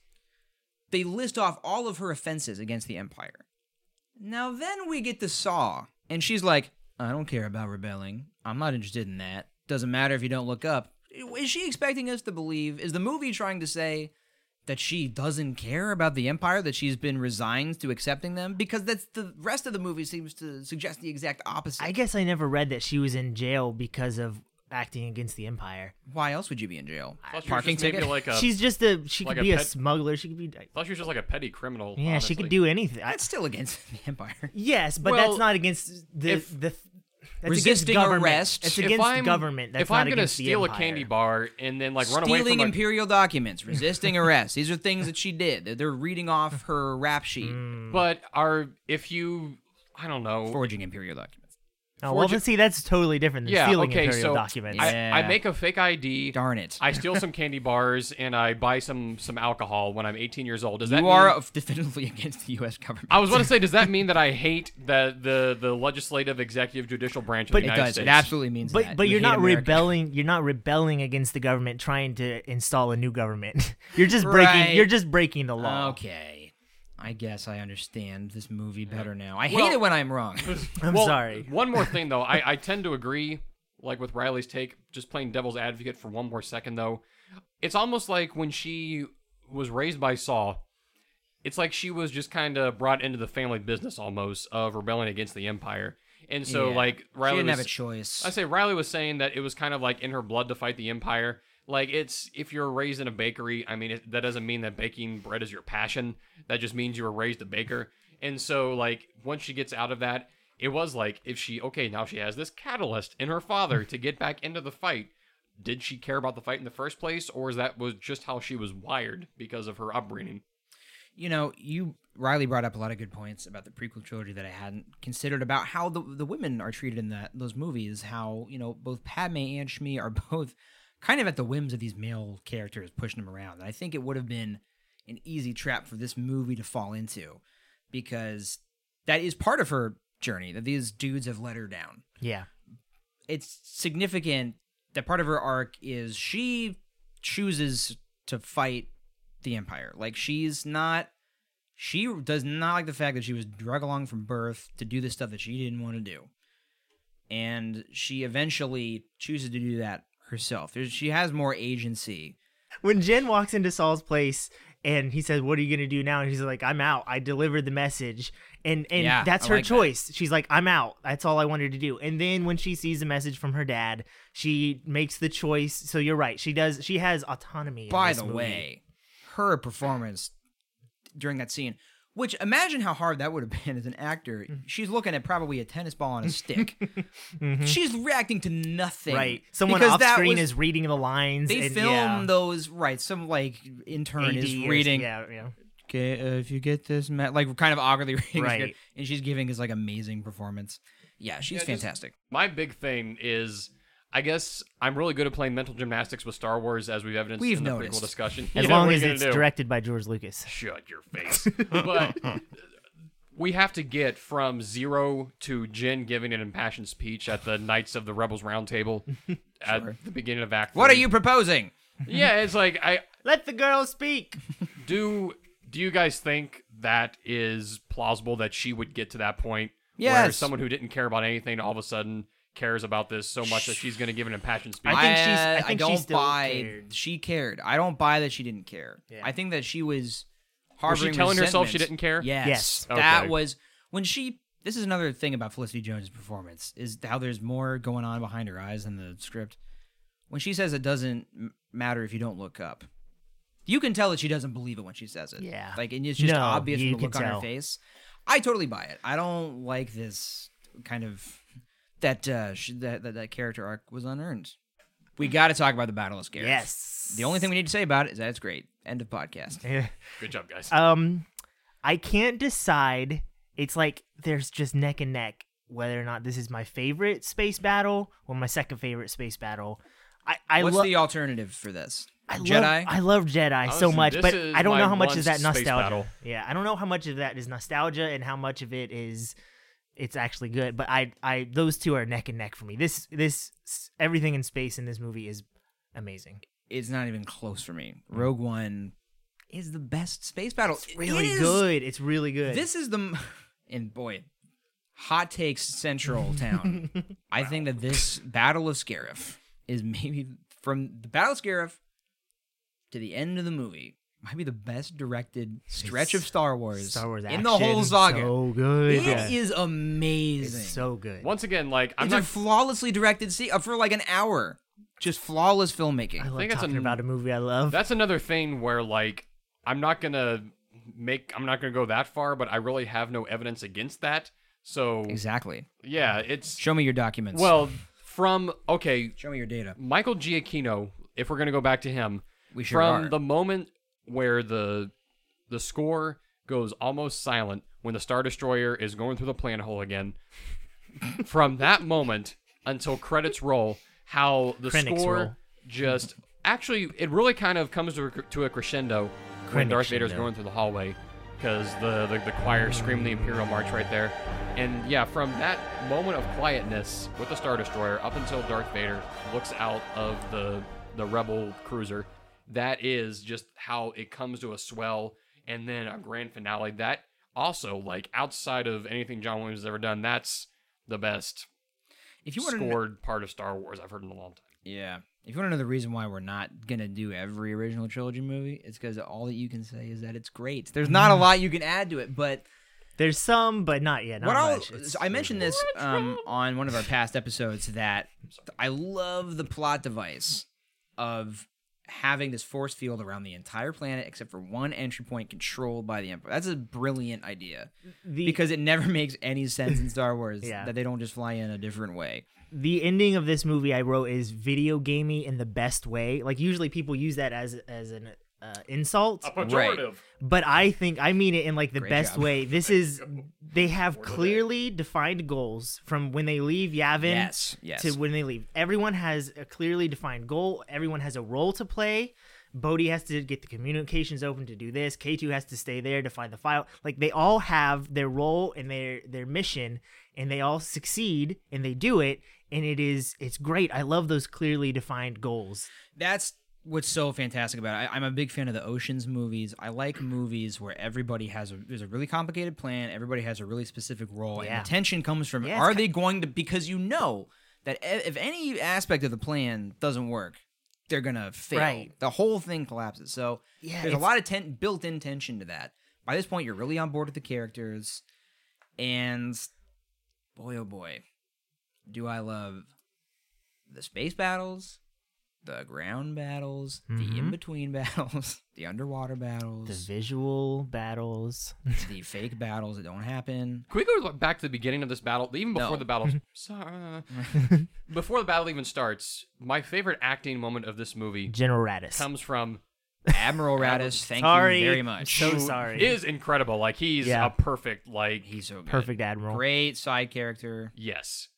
They list off all of her offenses against the Empire. Now, then we get to Saw, and she's like, I don't care about rebelling. I'm not interested in that. Doesn't matter if you don't look up. Is she expecting us to believe? Is the movie trying to say that she doesn't care about the empire that she's been resigned to accepting them because that's the rest of the movie seems to suggest the exact opposite
I guess I never read that she was in jail because of acting against the Empire.
why else would you be in jail
Plus, you're
parking
just maybe
ticket
Like a,
She's just a. She
like
could
a
be a
pet-
smuggler. She could be.
Plus, she was just like a petty criminal.
Yeah, she
honestly.
could do anything. I-
that's still against the empire
Yes, but
Well,
that's not against the
if-
the. That's
Resisting
against government.
arrest.
It's
If
against the
I'm-
government. That's
if
not
I'm gonna
against the
steal a
empire.
candy bar and then like run away
stealing
from a-
imperial documents resisting arrest these are things that she did They're- they're reading off her rap sheet
Mm.
but are if you, I don't know.
forging imperial documents
Oh, well,
forge-
but see, that's totally different than
yeah,
stealing
okay,
imperial
so
documents.
I,
Yeah.
I make a fake ID.
darn it
I steal some candy bars and I buy some some alcohol when I'm 18 years old. Does that
you
mean,
are of- definitively against the us government
I was going to say, does that mean that I hate the the the legislative, executive, judicial branch of
But-
the
it
United
does
States?
it absolutely means
but
that.
but
You
you're
hate
not
America.
rebelling. You're not rebelling against the government trying to install a new government. you're just breaking.
Right.
You're just breaking the law.
okay i guess i understand this movie better now i
Well-
hate it when i'm wrong
I'm
Well,
sorry.
One more thing though, I, I tend to agree, like with Riley's take, just playing devil's advocate for one more second though. It's almost like when she was raised by Saul, it's like she was just kind of brought into the family business almost of rebelling against the empire. And so
Yeah.
like
she
Riley
didn't
was,
have a choice.
I say Riley was saying that it was kind of like in her blood to fight the empire. Like it's if you're raised in a bakery, I mean it, that doesn't mean that baking bread is your passion. That just means you were raised a baker. And so like once she gets out of that, it was like if she okay now she has this catalyst in her father to get back into the fight. Did she care about the fight in the first place, or is that was just how she was wired because of her upbringing?
you know, you Riley brought up a lot of good points about the prequel trilogy that I hadn't considered about how the the women are treated in that those movies. How you know both Padme and Shmi are both kind of at the whims of these male characters pushing them around. And I think it would have been an easy trap for this movie to fall into because that is part of her journey that these dudes have let her down
Yeah.
it's significant that part of her arc is she chooses to fight the empire like she's not she does not like the fact that she was drug along from birth to do the stuff that she didn't want to do and she eventually chooses to do that herself There's- she has more agency
When Jen walks into Saul's place and he says, "What are you gonna do now?" and he's like, "I'm out. I delivered the message." And and
Yeah,
that's
I
her
like that.
choice. She's like, "I'm out. That's all I wanted to do." And then when she sees a message from her dad, she makes the choice. So you're right. She does. She has autonomy. in
by
this
the
movie.
way her performance during that scene which imagine how hard that would have been as an actor
Mm.
she's looking at probably a tennis ball on a stick she's reacting to nothing
Mm-hmm. right? Someone
because
off
that
screen
was-
is reading the lines.
they
and,
film
yeah,
those right some like intern
AD
is
is-
reading
Yeah, yeah.
okay uh, if you get this ma-, like kind of awkwardly reading
Right.
script, and she's giving this like amazing performance yeah she's
Yeah, just-
fantastic
My big thing is, I guess I'm really good at playing mental gymnastics with Star Wars, as we've evidenced
We've
in the
noticed.
prequel discussion.
As
You know,
long
what are
as
you gonna
it's
do?
directed by George Lucas.
Shut your face. but we have to get from zero to Jin giving an impassioned speech at the Knights of the Rebels Roundtable at the beginning of Act.
what are
three.
you proposing
Yeah, it's like I
Let the girl speak.
do. Do you guys think that is plausible that she would get to that point where
Yes.
someone who didn't care about anything all of a sudden cares about this so much that she's going to give an impassioned speech?
I think she's- I
uh,
think she
don't
still
buy
cared.
she cared. I don't buy that she didn't care. I think that she was harboring.
telling herself she
resentment.
didn't care?
Yes,
Yes.
that
Okay.
was when she. This is another thing about Felicity Jones' performance is how there's more going on behind her eyes than the script. When she says it doesn't m- matter if you don't look up, you can tell that she doesn't believe it when she says it.
Yeah.
like and it's just
No,
obvious
you
from the
can
look on her
tell.
face. I totally buy it. I don't like this kind of that uh sh- that, that that character arc was unearned. We got to talk about the Battle of Scarif.
Yes.
The only thing we need to say about it is that it's great. End of podcast.
Good job, guys.
Um, I can't decide. It's like there's just neck and neck whether or not this is my favorite space battle or my second favorite space battle. I I,
What's
lo-
the alternative for this?
I love
Jedi.
I love Jedi so
Honestly,
much,
this
but
is
I don't know
my
how much
one
is that
space
nostalgia.
battle.
Yeah, I don't know how much of that is nostalgia and how much of it is it's actually good. But I I those two are neck and neck for me. This this everything in space in this movie is amazing.
it's not even close for me.
Mm.
Rogue One is the best space battle. It's
Really good. It's really good.
This is the m- and boy, hot takes central town. I think that this Battle of Scarif is maybe from the Battle of Scarif to the end of the movie might be the best directed stretch of Star Wars,
Star Wars
in the whole
action,
saga.
So good.
It
Yeah.
is
It's
amazing.
so good.
Once again, like I'm
it's
not
a flawlessly directed scene uh, for like an hour. Just flawless filmmaking.
I love
think it's
talking
an-
about a movie I love.
That's another thing where like I'm not gonna make I'm not gonna go that far, but I really have no evidence against that. So
exactly.
yeah, it's
Show me your documents.
well from okay,
show me your data.
Michael Giacchino. If we're gonna go back to him,
We sure
from
are.
the moment where the the score goes almost silent when the Star Destroyer is going through the plant hole again, from that moment until credits roll, how the
Critics
score
roll.
just actually it really kind of comes to a, cr- to a crescendo when Darth Vader's
Criticscendo.
going through the hallway because the, the the choir screamed the Imperial March right there, and yeah, from that moment of quietness with the Star Destroyer up until Darth Vader looks out of the the Rebel cruiser, that is just how it comes to a swell, and then a grand finale that also like outside of anything John Williams has ever done, that's the best
If you want to
scored part of Star Wars I've heard in a long time.
Yeah. If you want to know the reason why we're not gonna do every original trilogy movie, it's because all that you can say is that it's great. There's not a
Mm.
lot you can add to it, but
There's some, but not yet. Not
what I'll,
much. It's
so I mentioned this um, on one of our past episodes that I love the plot device of having this force field around the entire planet except for one entry point controlled by the Empire. That's a brilliant idea
the,
because it never makes any sense in Star Wars
Yeah.
that they don't just fly in a different way.
the ending of this movie I wrote is video gamey in the best way. Like usually people use that as as an uh, insult,
pejorative.
but I think I mean it in like the
Great
best
job.
way. This is they have clearly defined goals from when they leave Yavin
Yes, yes.
to when they leave. Everyone has a clearly defined goal. Everyone has a role to play. Bodhi has to get the communications open to do this. K2 has to stay there to find the file. Like they all have their role and their their mission and they all succeed and they do it and it is it's great. I love those clearly defined goals.
That's what's so fantastic about it. I, I'm a big fan of the Oceans movies. I like movies where everybody has a there's a really complicated plan. Everybody has a really specific role,
Yeah.
and the tension comes from
Yeah, it's
are
ki-
they going to because you know that e- if any aspect of the plan doesn't work. They're gonna fail.
Right.
The whole thing collapses. So
Yeah,
there's a
it's-
lot of ten- built-in tension to that. By this point, you're really on board with the characters, and boy, oh boy, do I love the space battles, the ground battles, the in between battles, the underwater
Mm-hmm. The
battles,
visual battles.
the fake battles that don't happen.
Can we go back to the beginning of this battle? Even before
No.
the battle, Sorry. before the battle even starts, my favorite acting moment of this movie
General Radis.
comes from
Admiral Radis, thank
Sorry.
you very much.
So
who
sorry.
is incredible. Like he's
Yeah.
a perfect like
He's so good.
Perfect Admiral.
Great side character.
yes.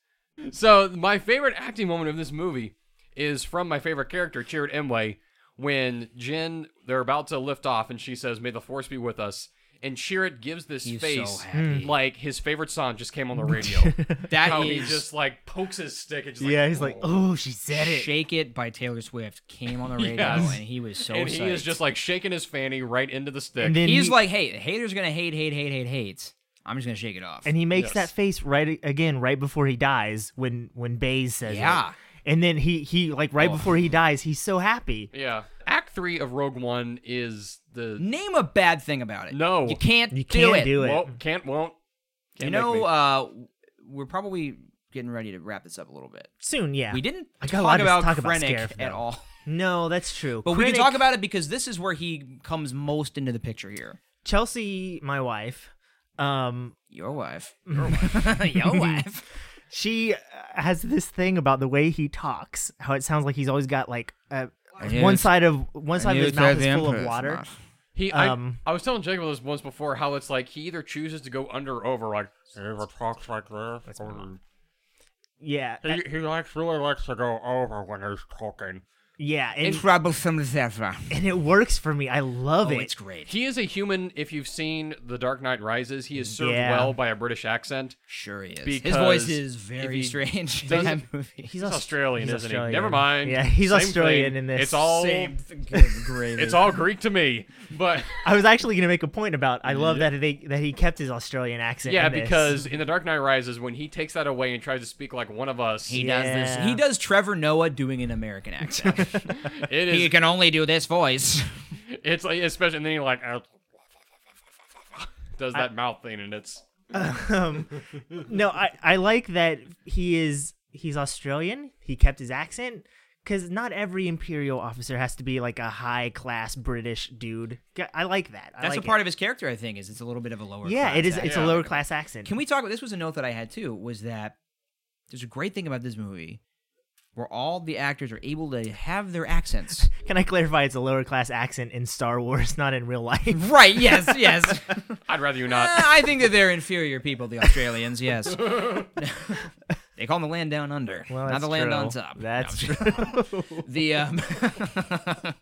So my favorite acting moment of this movie is from my favorite character, Chirrut Imwe, when Jin they're about to lift off and she says, "May the force be with us." And Chirrut gives this
He's
face
so happy.
like his favorite song just came on the radio. How
That
he
is
just like pokes his stick and just
yeah, he's like, "Oh, she said it."
Shake It by Taylor Swift came on the radio,
Yes.
and he was so
and he is
psyched.
just like shaking his fanny right into the stick.
And then
He's
he-
like, hey, haters gonna hate, hate, hate, hate, hate. I'm just gonna shake it off.
and he makes
Yes.
that face right again right before he dies when when Baze says it.
Yeah.
And then he he like right
Oh.
before he dies, he's so happy.
yeah. Act three of Rogue One is the
Name a bad thing about it.
No.
you can't
You
do
can't
it.
do it.
won't, can't won't. Can't
You
make me.
know, uh, we're probably getting ready to wrap this up a little bit.
Soon, yeah.
We didn't
I got a lot
talk
to
about
talk about
Krennic
Scarif,
at
though.
all,
No, that's true.
but we can talk
Krennic-
about it because this is where he comes most into the picture here.
Chelsea, my wife. Um,
Your wife, your wife, your wife.
she uh, has this thing about the way he talks. How it sounds like he's always got like a,
knew
one
it's-
side of one side of his mouth is full of water.
He,
Um,
I, I was telling Jacob this once before how it's like he either chooses to go under or over, like he either talks like this, or
Yeah, uh,
he, he likes really likes to go over when he's talking.
yeah, and,
troublesome as ever.
and it works for me. I love
Oh,
it.
it's great.
He is a human. If you've seen The Dark Knight Rises, he is served
Yeah.
well by a British accent.
Sure he is. His
Because
voice is
if
very
he
strange in that
doesn't-
movie.
He's Australian,
he's
isn't
Australian.
he? Never mind.
Yeah, he's
Same
Australian
thing.
in this.
It's all
Same thing. Good gravy.
it's all Greek to me, but
I was actually going to make a point about. I love that they that he kept his Australian accent.
yeah,
in this.
because in The Dark Knight Rises, when he takes that away and tries to speak like one of us,
He does
Yeah.
this. He does Trevor Noah doing an American accent.
it
he
is
can only do this voice.
It's like, especially, and then he like uh, does that mouth thing, and it's
um, no, I, I like that he is he's Australian. He kept his accent because not every imperial officer has to be like a high class British dude. G- I like that. I
That's
like
a part of his character, I think, is it's a little bit of a lower.
it. Yeah,
class
it is.
accent.
It's a
Yeah.
lower class accent.
Can we talk about this? Was a note that I had too was that there's a great thing about this movie where all the actors are able to have their accents.
Can I clarify? It's a lower class accent in Star Wars, not in real life.
right? Yes. Yes. Uh,
I'd rather you not.
Eh, I think that they're inferior people, the Australians. Yes. they call them the land down under,
Well,
not
that's
the land
true.
on top. No,
That's
I'm
true.
The um,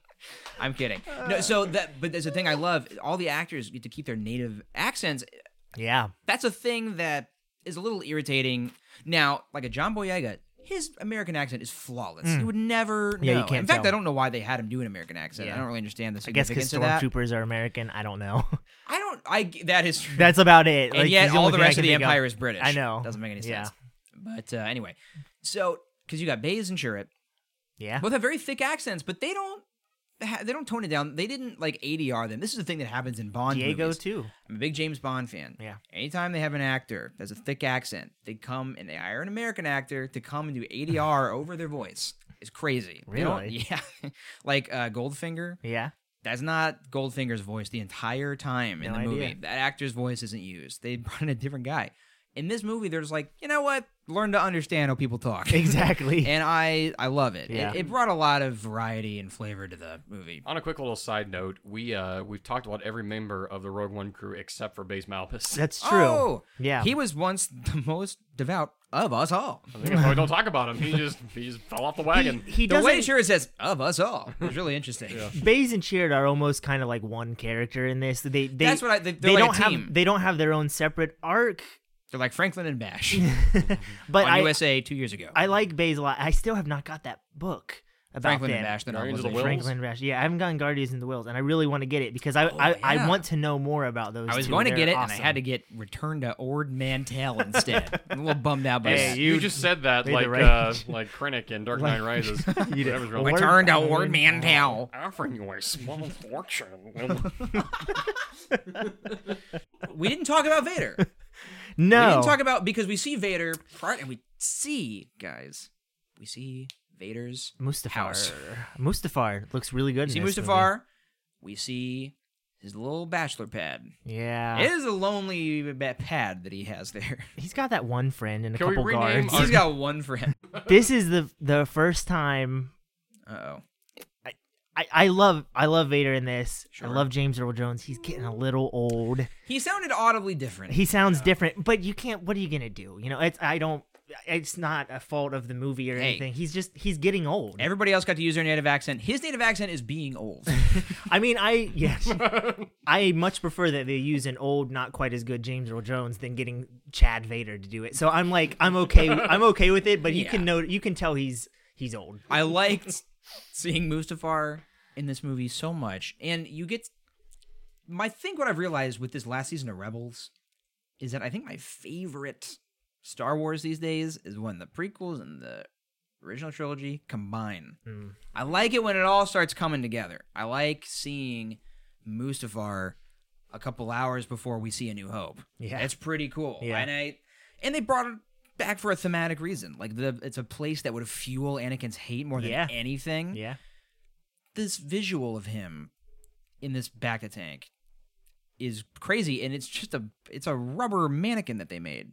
I'm kidding. No, so that but there's a thing I love. All the actors get to keep their native accents.
yeah.
That's a thing that is a little irritating. Now, like a John Boyega, his American accent is flawless. You would never
Mm.
know.
Yeah, you can't
In fact,
tell.
I don't know why they had him do an American accent.
Yeah.
I don't really understand the
I guess because
significance of that.
stormtroopers are American. I don't know.
I don't. I that is true.
That's about it.
and
Like,
yet
it's
all
only
the
thing I
rest
can
of the
think of.
empire is British.
I know.
Doesn't make any
Yeah.
sense. But uh, anyway, so because you got Bays and Chirrut,
Yeah.
both have very thick accents, but they don't ha- they don't tone it down. They didn't like ADR them. This is the thing that happens in Bond
Diego
movies.
too.
I'm a big James Bond fan.
Yeah.
Anytime they have an actor that's a thick accent, they come and they hire an American actor to come and do ADR over their voice. It's crazy. They don't-
Really?
Yeah. like uh, Goldfinger.
Yeah.
That's not Goldfinger's voice the entire time in
No
the movie.
idea.
That actor's voice isn't used. They brought in a different guy. In this movie, there's like, you know what? Learn to understand how people talk.
Exactly.
and I I love it.
Yeah.
it. It brought a lot of variety and flavor to the movie.
On a quick little side note, we uh we've talked about every member of the Rogue One crew except for Base Malbus.
That's true.
Oh,
yeah.
He was once the most devout of us all.
I think that's why we don't talk about him. He just he just fell off the wagon.
he
The way
doesn't.
it sure it says of us all is really interesting.
Baze and Cheered are almost kind of like one character in this. They, they
That's what I- they- they're like a
don't have.
team.
They don't have their own separate arc.
They're like Franklin and Bash
But
on
I,
USA two years ago.
I like Baze a lot. I still have not got that book about
Franklin
them.
and Bash, the
Guardians of the
novelization.
Will?
Franklin Rash. Yeah, I haven't gotten Guardians in the Wills, and I really want to get it because I I,
Oh, yeah.
I want to know more about those.
I was
two.
going to
They're
get it, and
awesome.
I had to get Return to Ord Mantell instead. I'm a little bummed out by
Hey,
that.
you, just said that
made
like
the
uh,
right-
like Krennic in Dark Knight Rises. Whatever's wrong.
Or-
Return to Ord Mantell.
offering you a small fortune.
We didn't talk about Vader.
No,
We didn't talk about because we see Vader prior, and we see guys, we see Vader's
Mustafar.
house.
Mustafar looks really good.
We see
in this
Mustafar. We see his little bachelor pad.
movie. Yeah,
It is a lonely ba- pad that he has there.
he's got that one friend and a
Can we
couple
rename
guards.
our-
He's got one friend.
this is the the first time
Uh oh.
I, I love I love Vader in this.
Sure.
I love James Earl Jones. He's getting a little old.
He sounded audibly different.
He sounds different, but you can't. What are you gonna do? You know, it's I don't. It's not a fault of the movie or
Hey.
anything. He's just he's getting old.
Everybody else got to use their native accent. His native accent is being old.
I mean, I yes, I much prefer that they use an old, not quite as good James Earl Jones than getting Chad Vader to do it. So I'm like, I'm okay, I'm okay with it. But you can
Yeah.
know, you can tell he's he's old.
I liked seeing Mustafar in this movie so much, and you get my thing. What I've realized with this last season of Rebels is that I think my favorite Star Wars these days is when the prequels and the original trilogy combine.
Hmm.
I like it when it all starts coming together. I like seeing Mustafar a couple hours before we see A New Hope.
Yeah.
that's pretty cool.
Yeah.
And I and they brought it back for a thematic reason. Like the it's a place that would fuel Anakin's hate more than
Yeah.
anything.
Yeah,
This visual of him in this back of tank is crazy, and it's just a it's a rubber mannequin that they made.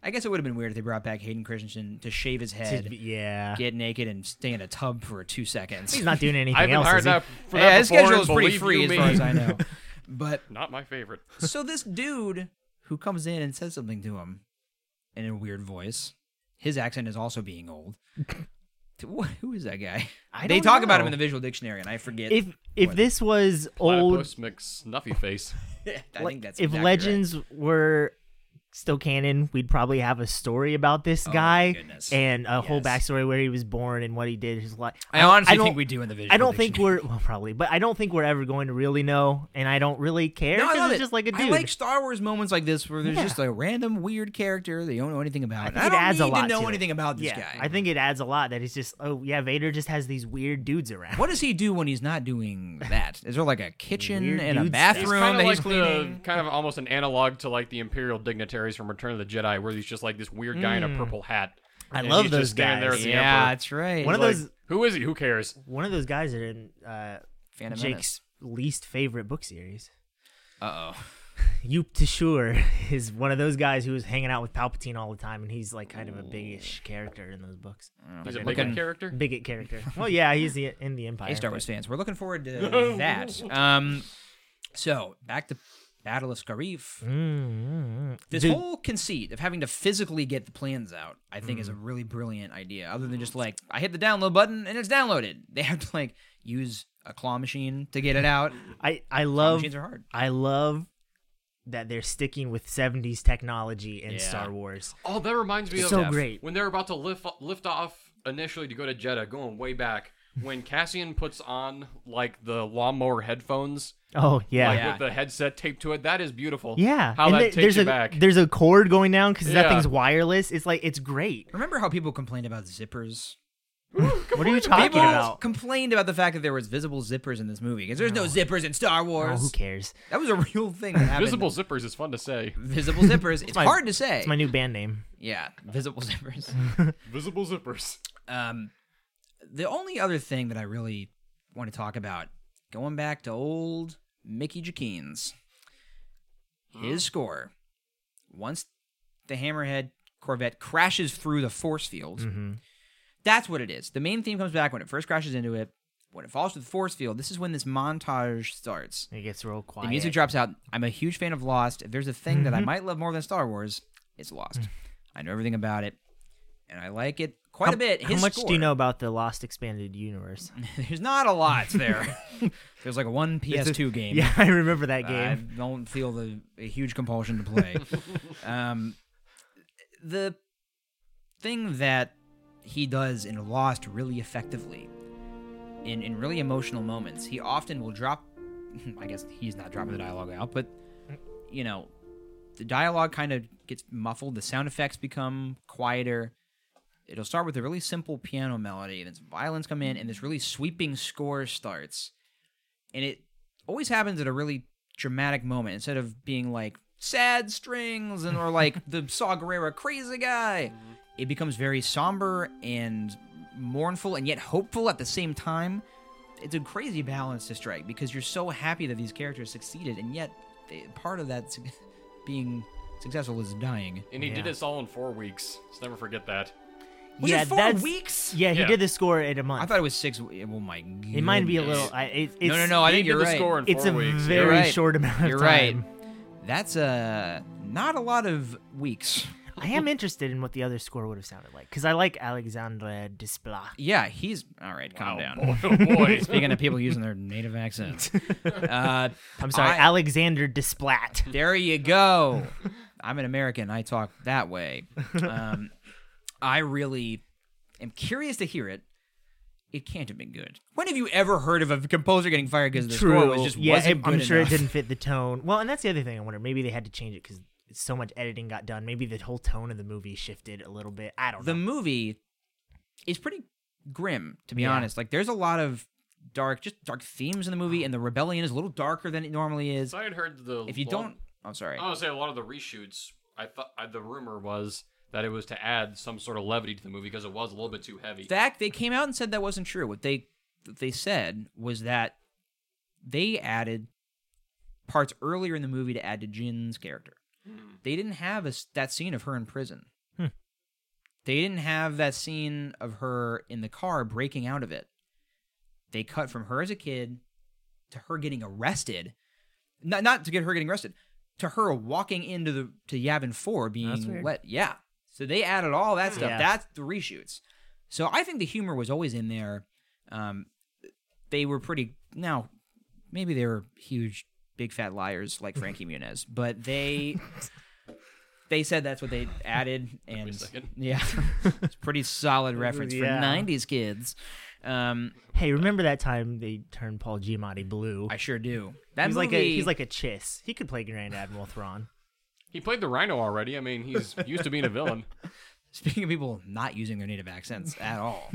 I guess it would have been weird if they brought back Hayden Christensen to shave his head,
yeah.
get naked, and stay in a tub for two seconds.
He's not doing anything
I've been
else.
hired
is he?
that for that
yeah, his
before,
schedule
and
is pretty
believe
free
you
as
me,
far as I know. But
Not my favorite.
so this dude who comes in and says something to him in a weird voice, his accent is also being old. Wh- Who is that guy?
I
they
don't
talk about him
know.
in the visual dictionary, and I forget.
If if
What?
this was old,
Platypus McSnuffy face.
I
like,
think that's
if
exactly right.
legends were still canon, we'd probably have a story about this
Oh my
guy
goodness.
and a whole
Yes.
backstory where he was born and what he did his life.
I honestly
don't-
think we do in the visual.
I don't think
dictionary.
we're well, probably, but I don't think we're ever going to really know, and I don't really care.
No, I
'cause
love
it's
it.
just like a dude.
I like Star Wars moments like this where there's
Yeah.
just a random weird character they don't know anything about.
think
I
it
don't
adds
need
a lot
to know
to it.
anything about this
yeah,
guy.
I think it adds a lot that he's just oh yeah, Vader just has these weird dudes around.
What does he do when he's not doing that? Is there like a kitchen
Weird
and a
dude stuff. He's
He's
bathroom
kind
that
of like
he's cleaning?
the kind of almost an analog to like the Imperial dignitaries from Return of the Jedi, where he's just like this weird guy in a purple hat.
Hmm. I
And
love
he's
those
just standing there
guys.
as the
yeah,
Emperor.
that's right.
One of
Like,
those-
who is he? Who cares?
One of those guys are in uh,
Phantom
Jake's least favorite book series.
Uh oh.
Yup Tashur is one of those guys who was hanging out with Palpatine all the time, and he's like kind of a biggish character in those books.
He's a
We're
big
looking-
character.
Bigot character. well, yeah, he's the, in the Empire.
Hey, Star
but-
Wars fans, we're looking forward to that. Um, so back to Battle of Scarif.
Mm-hmm.
This
Dude.
whole conceit of having to physically get the plans out, I think,
Mm.
is a really brilliant idea. Other than just like I hit the download button and it's downloaded, they have to like use a claw machine to get it out.
I I love
machines are hard.
I love that they're sticking with 70s technology in
Yeah.
Star Wars.
Oh, that reminds me
It's
of
so great.
when they're about to lift lift off initially to go to Jeddah, going way back. When Cassian puts on like the lawnmower headphones,
Oh yeah.
like
Yeah.
with the headset taped to it, that is beautiful.
Yeah,
how
and
that
there-
takes
there's
you
a
back.
there's a cord going down because that
Yeah.
thing's wireless. It's like it's great.
Remember how people complained about zippers?
What are you talking
People
about?
complained about the fact that there was visible zippers in this movie because there's no. zippers in Star
Oh,
Wars.
who cares?
That was a real thing that happened.
Visible zippers is fun to say.
visible zippers. It's
my-
hard to say.
It's my new band name.
Yeah, visible zippers.
Visible zippers.
um, the only other thing that I really want to talk about, going back to old Mickey Jackins, his score. Once the Hammerhead Corvette crashes through the force field. That's what it is. The main theme comes back when it first crashes into it. When it falls through the force field, this is when this montage starts.
It gets real quiet.
The music drops out. I'm a huge fan of Lost. If there's a thing
Mm-hmm.
that I might love more than Star Wars, it's Lost.
Mm.
I know everything about it, and I like it quite
How-
a bit.
How
His
much do
score-
you know about the Lost Expanded Universe?
There's not a lot there. there's like one
It's a-
PS2 game.
Yeah, I remember that
I
game.
don't feel the a huge compulsion to play. um, the thing that he does in Lost really effectively, in in really emotional moments, he often will drop. I guess he's not dropping the dialogue out, but you know, the dialogue kind of gets muffled. The sound effects become quieter. It'll start with a really simple piano melody, then some violins come in, and this really sweeping score starts. And it always happens at a really dramatic moment instead of being like sad strings and or like the Saw Gerrera crazy guy. It becomes very somber and mournful and yet hopeful at the same time. It's a crazy balance to strike because you're so happy that these characters succeeded and yet they, part of that suc- being successful is dying.
And he did
Yeah.
this all in four weeks. Let's never forget that.
Was
yeah,
it four
that's-
weeks?
Yeah, he
Yeah.
did the score in a month.
I thought it was six. w- Oh my god!
it might be a little. I, it, it's,
no, no, no! I
he
think
did
you're
the
right.
score in
It's
four
a
weeks.
very
You're right.
short amount of
You're right.
time.
That's uh, not a lot of weeks.
I am interested in what the other score would have sounded like because I like Alexandre Desplat.
Yeah, he's all right. Calm down.
Oh boy.
Speaking of people using their native accents, uh,
I'm sorry,
I-
Alexander Desplat.
there you go. I'm an American. I talk that way. Um, I really am curious to hear it. It can't have been good. When have you ever heard of a composer getting fired because the score was just
yeah,
wasn't
it- I'm
good
sure
enough?
it didn't fit the tone. Well, and that's the other thing I wonder. Maybe they had to change it because so much editing got done. Maybe the whole tone of the movie shifted a little bit. I don't
the
know.
movie is pretty grim to be
Yeah.
honest like there's a lot of dark just dark themes in the movie and the rebellion is a little darker than it normally is
So I had heard the.
if you
long-
don't i'm sorry
I would say a lot of the reshoots. I thought I, the rumor was that it was to add some sort of levity to the movie because it was a little bit too heavy.
fact they came out and said that wasn't true what they what they said was that they added parts earlier in the movie to add to jin's character they didn't have a s that scene of her in prison
Hmm.
they didn't have that scene of her in the car breaking out of it they cut from her as a kid to her getting arrested not, not to get her getting arrested to her walking into the to yavin 4
That's
being
weird.
let yeah so they added all that stuff
Yeah.
that's the reshoots so I think the humor was always in there. Um, they were pretty now. Maybe they were huge, big fat liars like Frankie Muniz, but they they said that's what they added. And
a second.
yeah, it's pretty solid reference
Yeah.
for '90s kids. Um,
hey, remember that time they turned Paul Giamatti blue?
I sure do. That
he's
movie,
like a he's like a chiss. He could play Grand Admiral Thrawn.
He played the Rhino already. I mean, he's used to being a villain.
speaking of people not using their native accents at all.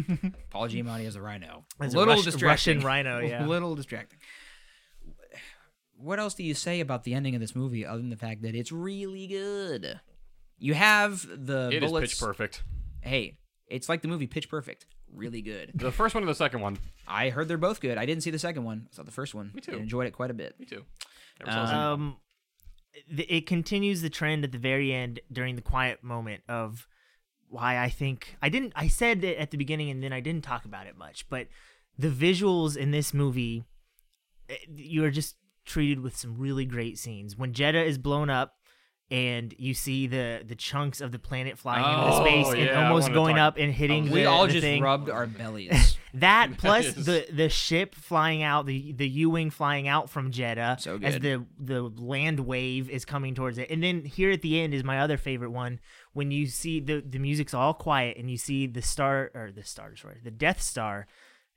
Paul Giamatti is a rhino.
As a
little
Rush-
distracting.
Russian rhino, yeah.
little distracting. What else do you say about the ending of this movie other than the fact that it's really good? You have the
It is
bullets.
pitch perfect.
Hey, it's like the movie Pitch Perfect. Really good.
The first one and the second one.
I heard they're both good. I didn't see the second one. I saw the first one. Me
too.
And enjoyed it quite a bit.
Me too. Never saw the second one.
Um, th- it continues the trend at the very end during the quiet moment of why I think I didn't. I said it at the beginning, and then I didn't talk about it much. But the visuals in this movie, eh, you are just treated with some really great scenes. When Jeddah is blown up, and you see the the chunks of the planet flying into
Oh,
space and
yeah, I
almost
wanna
going
talk-
up and hitting.
We
the-
all
the
just
thing.
rubbed our bellies.
That plus
is-
the the ship flying out, the the U wing flying out from Jeddah
So
as
good.
the the land wave is coming towards it, and then here at the end is my other favorite one when you see the the music's all quiet and you see the star or the star destroyer, the Death Star,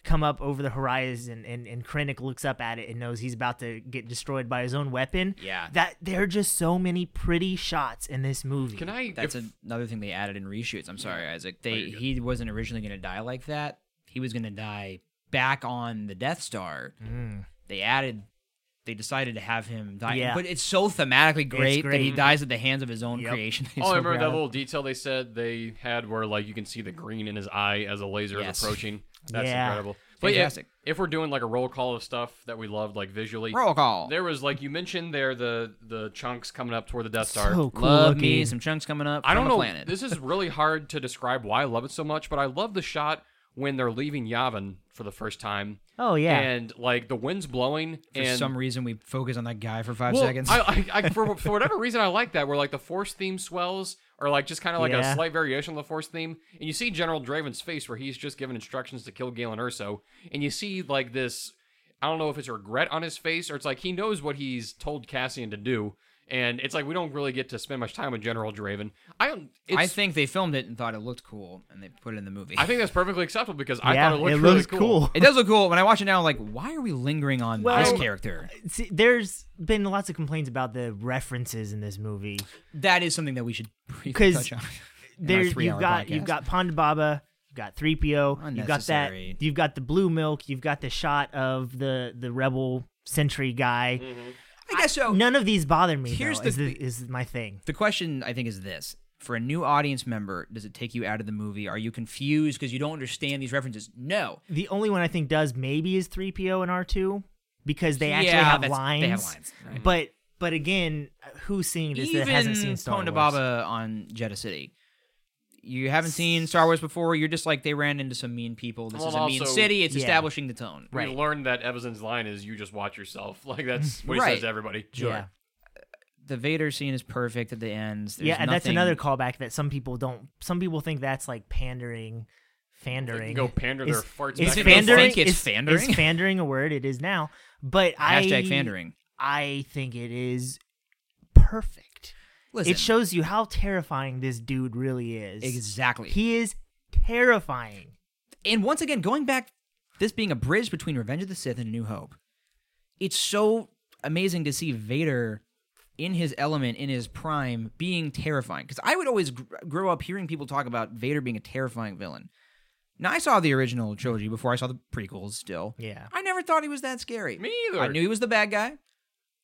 come up over the horizon, and and Krennic looks up at it and knows he's about to get destroyed by his own weapon.
Yeah.
that there are just so many pretty shots in this movie.
Can I?
That's
if- Oh,
another thing they added in reshoots. I'm sorry, Isaac. They he wasn't originally going to die like that. He was going to die back on the Death Star.
Mm.
They added. They decided to have him die,
Yeah.
but it's so thematically great, that he
great.
dies at the hands of his own
Yep.
creation.
Oh, I remember that
whole.
little detail they said they had where like you can see the green in his eye as a laser
Yes.
is approaching. That's
Yeah.
incredible. But yeah,
Fantastic.
if we're doing like a roll call of stuff that we loved, like visually,
Roll call.
there was like you mentioned there the the chunks coming up toward the Death Star.
So cool
Love me
looking.
some chunks coming up.
I don't
from
know.
The planet.
This is really hard to describe why I love it so much, but I love the shot when they're leaving Yavin for the first time.
Oh yeah.
And like the wind's blowing
for
and
some reason we focus on that guy for five
well,
seconds.
I, I, I, for, for whatever reason, I like that where like the Force theme swells or like just kind of like
Yeah.
a slight variation of the Force theme, and you see General Draven's face where he's just given instructions to kill Galen Urso, and you see like this. I don't know if it's regret on his face or it's like he knows what he's told Cassian to do, and it's like we don't really get to spend much time with General Draven. I don't. It's,
I think they filmed it and thought it looked cool, and they put it in the movie.
I think that's perfectly acceptable because I
yeah,
thought it looked
it
really
looks
cool.
it does look cool. When I watch it now, I'm like, why are we lingering on this
Well-
character?
See, there's been lots of complaints about the references in this movie.
That is something that we should briefly
'Cause
touch on. in our
There, you've
three-hour
got
podcast.
you've got Ponda Baba, you've got three PO, you've got that,
Unnecessary.
you've got the blue milk, you've got the shot of the the rebel sentry guy.
I guess so.
None of these bother me. Here's
Here's
though, is
the-
the is my thing.
The question I think is this: for a new audience member, does it take you out of the movie? Are you confused because you don't understand these references? No.
The only one I think does maybe is three PO and R two because they actually
Yeah,
have
that's-
lines.
they have lines, right.
But but again, who's seeing this
Even
that hasn't seen Star
Ponda
Wars?
Baba on Jeddah City. You haven't seen Star Wars before. You're just like they ran into some mean people. This
Well,
is a mean
also-
city. It's
Yeah.
establishing the tone.
We learned that Evanson's line is "You just watch yourself." Like that's what he
Right.
says to everybody.
Yeah.
The Vader scene is perfect at the end. There's
yeah, and that's
nothing-
another callback that some people don't. Some people think that's like pandering, fandering.
go pander their farts
Is
back
at them.
fandering?
Think it's
is-
fandering?
Is fandering a word? It is now. But I
Hashtag fandering.
I think it is perfect.
Listen,
It shows you how terrifying this dude really is.
Exactly.
He is terrifying.
and once again, going back, this being a bridge between Revenge of the Sith and New Hope, it's so amazing to see Vader in his element, in his prime, being terrifying. Because I would always gr- grow up hearing people talk about Vader being a terrifying villain. Now I saw the original trilogy before I saw the prequels. Still,
Yeah.
I never thought he was that scary.
Me either.
I knew he was the bad guy.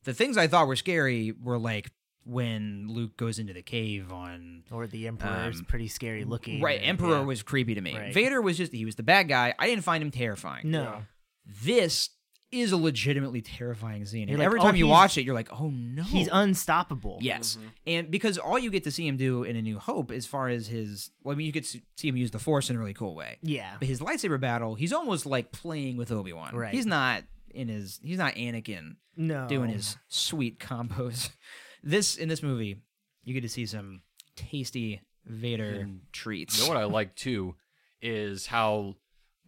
The things I thought were scary were like when Luke goes into the cave on
Or the emperor is pretty scary looking.
Um, Right,
and-
Emperor
yeah.
was creepy to me.
Right.
Vader was just he was the bad guy. I didn't find him terrifying.
no.
This is a legitimately terrifying scene.
You're
And
like,
every
"Oh,
time you
he's-
watch it, you're like, oh no.
He's unstoppable.
Yes. And because all you get to see him do in A New Hope, as far as his well, I mean you could s- see him use the force in a really cool way.
Yeah.
But his lightsaber battle, he's almost like playing with Obi-Wan.
Right.
He's not in his he's not Anakin
No.
doing his sweet combos. This in this movie, you get to see some tasty Vader treats.
You know what I like too is how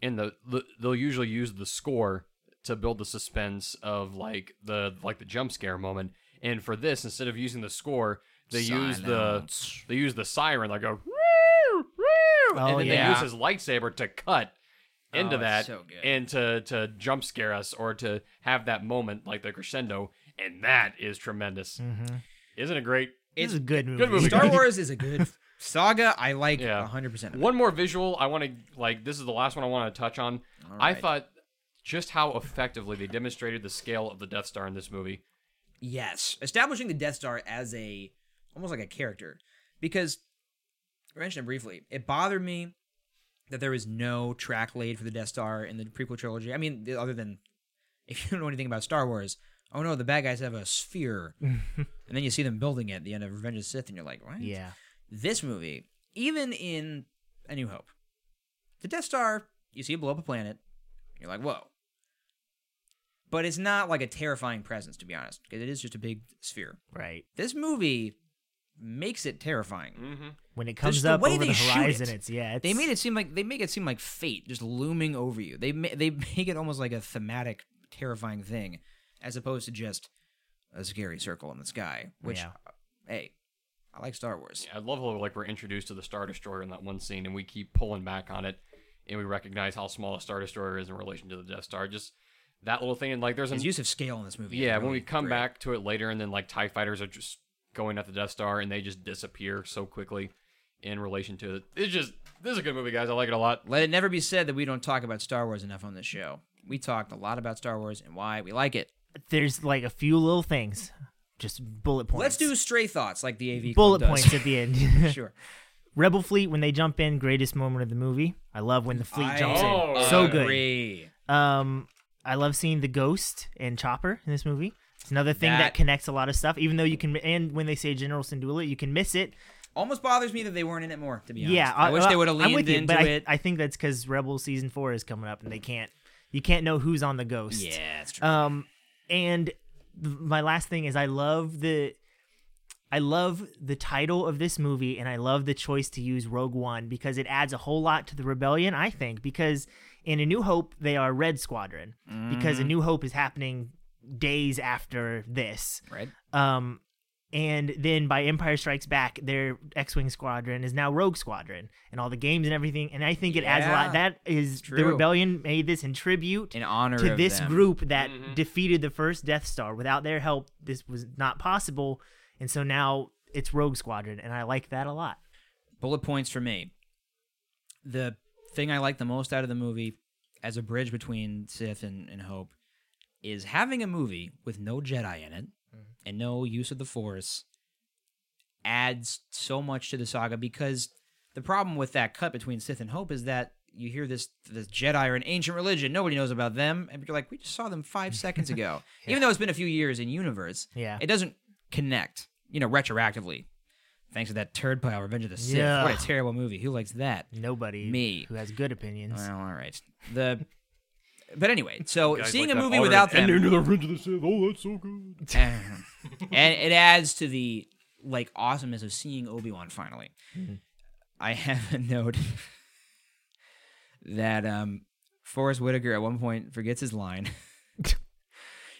in the the- they'll usually use the score to build the suspense of like the like the jump scare moment. And for this, instead of using the score, they use the
Silence.
they use the siren like a "Woo, woo,"
Oh,
and then
yeah.
they use his lightsaber to cut into
Oh, it's
that
so good.
and to to jump scare us or to have that moment like the crescendo. And that is tremendous.
Mm.
Isn't it great?
This Mm-hmm. is a good movie.
good movie.
Star Wars is a good saga. I like
Yeah.
100% of it.
One more visual I want to like this is the last one I want to touch on. I
right.
thought just how effectively they demonstrated the scale of the Death Star in this movie.
Yes. Establishing the Death Star as a almost like a character. Because I mentioned it briefly. It bothered me that there was no track laid for the Death Star in the prequel trilogy. I mean, the- other than if you don't know anything about Star Wars, oh no, the bad guys have a sphere. and then you see them building it at the end of Revenge of the Sith, and you're like, what?
Yeah.
This movie, even in A New Hope, the Death Star, you see it blow up a planet, you're like, whoa. But it's not like a terrifying presence, to be honest, because it is just a big sphere.
Right.
This movie makes it terrifying.
Mm.
When it
Just
comes
the
up
way
over
they
the
shoot
horizon,
it.
it's yeah. It's,
They made it seem like they make it seem like fate just looming over you. They ma- they make it almost like a thematic, terrifying thing, as opposed to just a scary circle in the sky. Which, uh,
Yeah.
hey, I like Star Wars.
I love how like we're introduced to the Star Destroyer in that one scene and we keep pulling back on it and we recognize how small a Star Destroyer is in relation to the Death Star. Just that little thing and like there's an
His use of scale in this movie. is
yeah, when
really
we come
great.
back to it later and then like TIE fighters are just going at the Death Star and they just disappear so quickly in relation to it. It's just this is a good movie, guys. I like it a lot.
Let it never be said that we don't talk about Star Wars enough on this show. We talked a lot about Star Wars and why we like it.
There's like a few little things, just bullet points.
Let's do stray thoughts like the AV
bullet
Club does.
points at the end.
sure.
Rebel fleet when they jump in, greatest moment of the movie. I love when the fleet jumps in.
Oh,
so good.
Agree.
Um, I love seeing the ghost and Chopper in this movie. It's another thing that,
That-
connects a lot of stuff, even though you can. And when they say General Syndulla, you can miss it.
Almost bothers me that they weren't in it more. To be honest,
Yeah,
I, wish they would have
I'm with
leaned
you,
into
but I,
it.
I think that's because Rebel season four is coming up, and they can't. You can't know who's on the ghost.
yeah, that's true.
Um, and th- my last thing is I love the. I love the title of this movie and I love the choice to use Rogue One because it adds a whole lot to the rebellion, I think, because in A New Hope they are Red Squadron because
Mm.
A New Hope is happening days after this.
right?
Um, and then by Empire Strikes Back, their X-wing squadron is now Rogue Squadron, and all the games and everything. And I think it adds a
Yeah.
lot. That is the
true.
rebellion made this in tribute
In honor
to
of
this
them.
group that defeated the first Death Star. Without their help, this was not possible. And so now it's Rogue Squadron, and I like that a lot.
bullet points for me. The thing I like the most out of the movie as a bridge between Sith and, and Hope is having a movie with no Jedi in it and no use of the Force adds so much to the saga because the problem with that cut between Sith and Hope is that you hear this this Jedi or an ancient religion, nobody knows about them, and you're like, we just saw them five seconds ago. Even though it's been a few years in universe,
Yeah.
it doesn't connect, you know, retroactively. Thanks to that turd pile, Revenge of the Sith.
Yeah.
What a terrible movie. Who likes that?
Nobody
Me.
who has good opinions.
Well, all right. The but anyway, so
Guys
seeing
like
a
that
movie
already-
without them,
And into the Revenge of the Sith. Oh, that's so good.
and it adds to the like awesomeness of seeing Obi Wan finally.
Hmm.
I have a note that um Forrest Whitaker at one point forgets his line.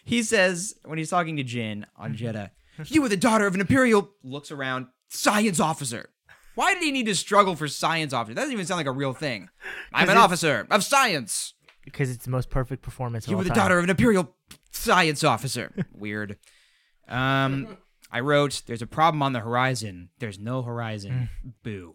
he says when he's talking to Jin on Jeddah, "You were the daughter of an imperial." Looks around, science officer. Why did he need to struggle for science officer? That doesn't even sound like a real thing. I'm an officer of science.
Because it's the most perfect performance. of
You
all
were the
time.
daughter of an imperial science officer. Weird. Um, I wrote, "There's a problem on the horizon. There's no horizon. Boo.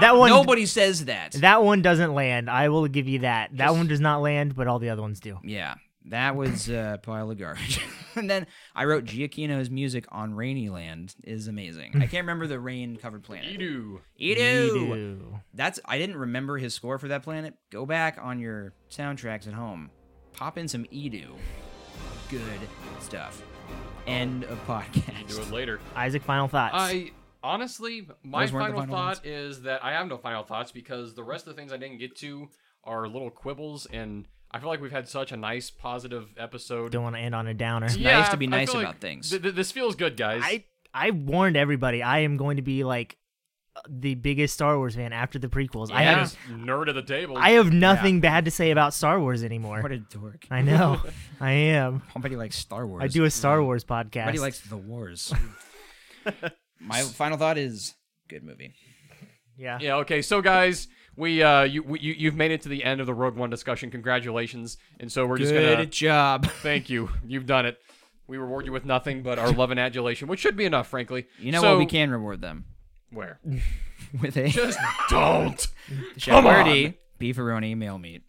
That one.
Nobody says that.
That one doesn't land. I will give you that. That one does not land, but all the other ones do.
Yeah, that was a pile of garbage. and then I wrote, Giacchino's music on Rainy Land is amazing. I can't remember the rain-covered planet.
Edu.
Edu.
Edu.
That's I didn't remember his score for that planet. Go back on your soundtracks at home. Pop in some Edu. Good stuff. End of podcast.
Do it later.
Isaac, final thoughts.
I honestly, my
Those weren't the
final,
final
thought is that I have no final thoughts because the rest of the things I didn't get to are little quibbles, and I feel like we've had such a nice, positive episode.
Don't want to end on a downer.
Yeah,
nice to be
I
nice
feel
about
like
things.
th- th- this feels good, guys.
I I warned everybody I am going to be like the biggest Star Wars fan after the prequels. I
That
have
is nerd of the table.
I have nothing bad to say about Star Wars anymore.
What a dork.
I know. I am.
Somebody likes Star Wars.
I do a Star Wars podcast.
Somebody likes the wars. My final thought is good movie.
yeah.
Yeah. Okay. So, guys, we uh, you we, you you've made it to the end of the Rogue One discussion. Congratulations. And so we're just gonna
job.
thank you. You've done it. We reward you with nothing but our love and adulation, which should be enough, frankly.
You know
so,
what? We can reward them
Where?
with a
Just don't.
Shepardi beefaroni mail meat.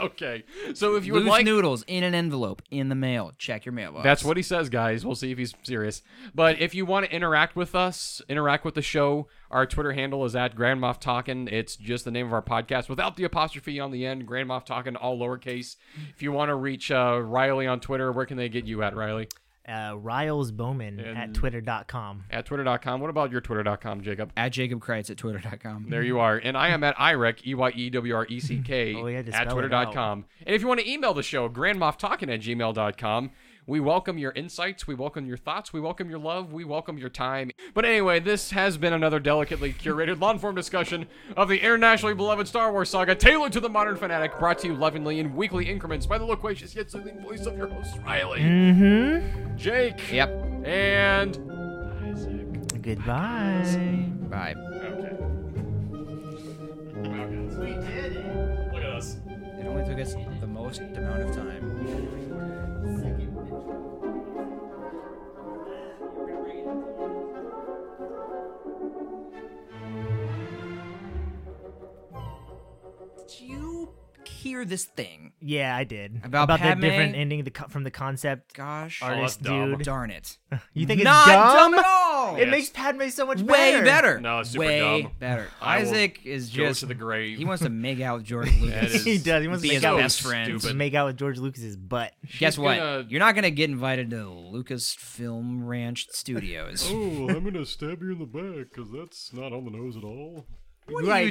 Okay. So if you would
Loose
like
noodles in an envelope in the mail. Check your mailbox.
That's what he says, guys. We'll see if he's serious. But if you want to interact with us, interact with the show, our Twitter handle is at Grand Moff Talkin. It's just the name of our podcast without the apostrophe on the end. Grand Moff Talkin, all lowercase. If you want to reach uh, Riley on Twitter, where can they get you at, Riley?
Uh, Riles Bowman at
And-
twitter.com.
At twitter.com. What about your twitter.com, Jacob?
at Jacob Kreitz at twitter.com.
There you are. And I am at IREC, E Y E W R E C K,
Oh, we had to
at
spell it
twitter.com. And if you want to email the show, grandmofftalking at gmail.com. We welcome your insights. We welcome your thoughts. We welcome your love. We welcome your time. But anyway, this has been another delicately curated, long form discussion of the internationally beloved Star Wars saga, tailored to the modern fanatic, brought to you lovingly in weekly increments by the loquacious yet soothing voice of your host, Riley,
Mm.
Mm-hmm.
Jake,
Yep.
and.
Goodbye.
Bye.
Okay. We did it. Look at us.
It only took us the most amount of time. Did you hear this thing?
Yeah, I did.
About
that
Padme?
different ending the co- from the concept
Gosh,
that's
artist
dumb.
dude.
darn it!
You think it's
Not
dumb?
at all. all.
It
Yeah,
makes
it's
Padme so much
way
better.
better.
No, it's super
way
dumb.
better.
I will
Isaac is
go
just
to the grave.
He wants to make out with George Lucas.
is
He does. He wants to
be
make
his
so
out.
best friend.
stupid.
Make out with George Lucas's butt.
Guess what?
gonna-
You're not gonna get invited to the Lucas Film Ranch Studios.
Oh, I'm gonna stab you in the back because that's not on the nose at all.
what are you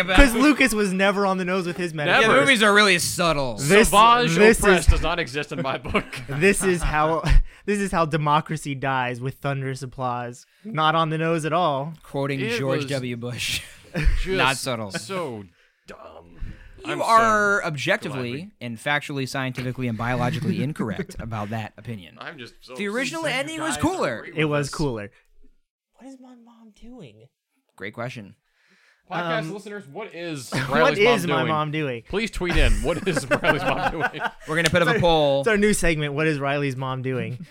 about?
Because Lucas was never on the nose with his
the
metaphor.
Never.
movies are really subtle.
This-
Savage
this
Opress
is-
does not exist in my book.
This is how this is how democracy dies with thunderous applause. Not on the nose at all.
Quoting
It
George
was-
W. Bush.
Just
Not subtle.
So dumb.
You
I'm so-
are
glad
objectively and factually, scientifically, and biologically incorrect about that opinion.
I'm just. So
The original
upset you
ending was
guys
cooler.
agree with
It was
us.
cooler. What is my mom doing?
Great question.
Podcast
Um,
listeners, what is
what
Riley's
is
mom
my
doing?
mom doing?
Please tweet in. What is Riley's mom doing?
We're gonna put up a poll.
It's our new segment. What is Riley's mom doing?